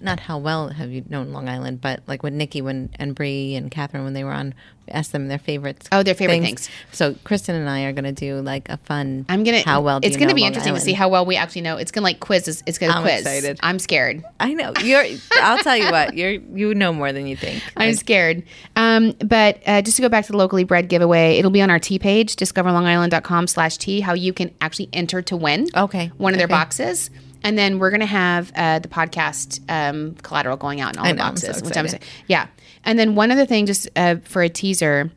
S1: not how well have you known Long Island, but like with Nikki when and Bree and Catherine when they were on, asked them their favorites.
S3: Oh, their favorite things.
S1: So Kristen and I are going to do like a fun.
S3: I'm gonna.
S1: How well? Do
S3: it's
S1: you
S3: gonna
S1: know
S3: be
S1: Long
S3: interesting to
S1: Island?
S3: see how well we actually know. It's gonna like quiz. It's, it's gonna
S1: I'm
S3: quiz.
S1: excited.
S3: I'm scared.
S1: I know you're. I'll tell you what you're. You know more than you think.
S3: I'm scared. Um, but uh, just to go back to the locally bred giveaway, it'll be on our tea page, discoverlongisland.com slash tea, how you can actually enter to win
S1: Okay.
S3: one of their
S1: Okay.
S3: boxes. And then we're going to have uh, the podcast um, collateral going out in all
S1: I
S3: the
S1: know, I'm so
S3: boxes. which I'm
S1: excited.
S3: so- yeah. And then one other thing, just uh, for a teaser,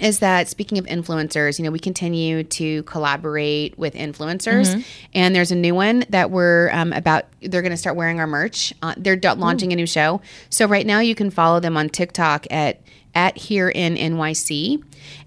S3: is that speaking of influencers, you know, we continue to collaborate with influencers.
S1: Mm-hmm.
S3: And there's a new one that we're um, about, they're going to start wearing our merch. Uh, they're do- launching a new show. So right now you can follow them on TikTok at at here in NYC.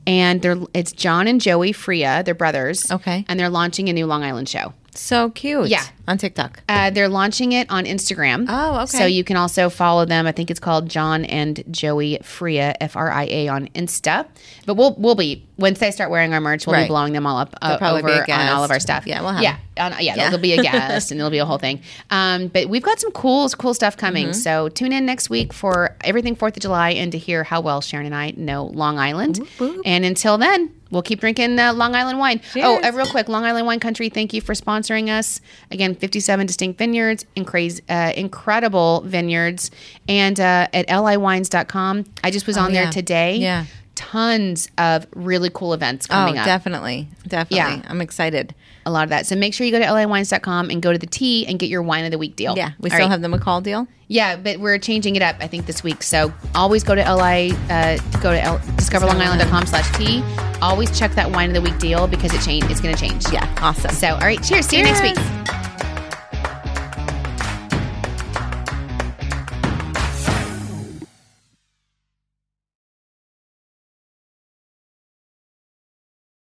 S3: And they're it's John and Joey Freya, they're brothers.
S1: Okay.
S3: And they're launching a new Long Island show.
S1: So cute.
S3: Yeah.
S1: On TikTok.
S3: Uh, they're launching it on Instagram.
S1: Oh, okay.
S3: So you can also follow them. I think it's called John and Joey Fria F R I A on Insta. But we'll we'll be once they start wearing our merch, we'll
S1: Right.
S3: be blowing them all up uh,
S1: probably be
S3: over
S1: a
S3: on all of our
S1: guest.
S3: stuff.
S1: Yeah, we'll have
S3: yeah, on, yeah, There'll be a guest and there'll be a whole thing. Um, but we've got some cool cool stuff coming.
S1: Mm-hmm.
S3: So tune in next week for everything Fourth of July and to hear how well Sharon and I know Long Island. And until then. We'll keep drinking uh, Long Island wine. Oh, uh, real quick, Long Island Wine Country, thank you for sponsoring us. Again, 57 distinct vineyards, incra- uh, incredible vineyards, and uh, at liwines.com. I just was on there
S1: Oh, yeah.
S3: today.
S1: Yeah.
S3: Tons of really cool events
S1: Oh,
S3: coming up.
S1: definitely. Definitely.
S3: Yeah.
S1: I'm excited.
S3: a lot of that. So make sure you go to liwines.com and go to the tea and get your wine of the week deal.
S1: Yeah. We
S3: Oh, All
S1: still
S3: right.
S1: have the McCall deal.
S3: Yeah, but we're changing it up, I think, this week. So always go to li, uh, go to L- discoverlongisland.com slash tea. Always check that wine of the week deal because it change, it's going to change.
S1: Yeah. Awesome.
S3: So, all right, cheers. See you next week.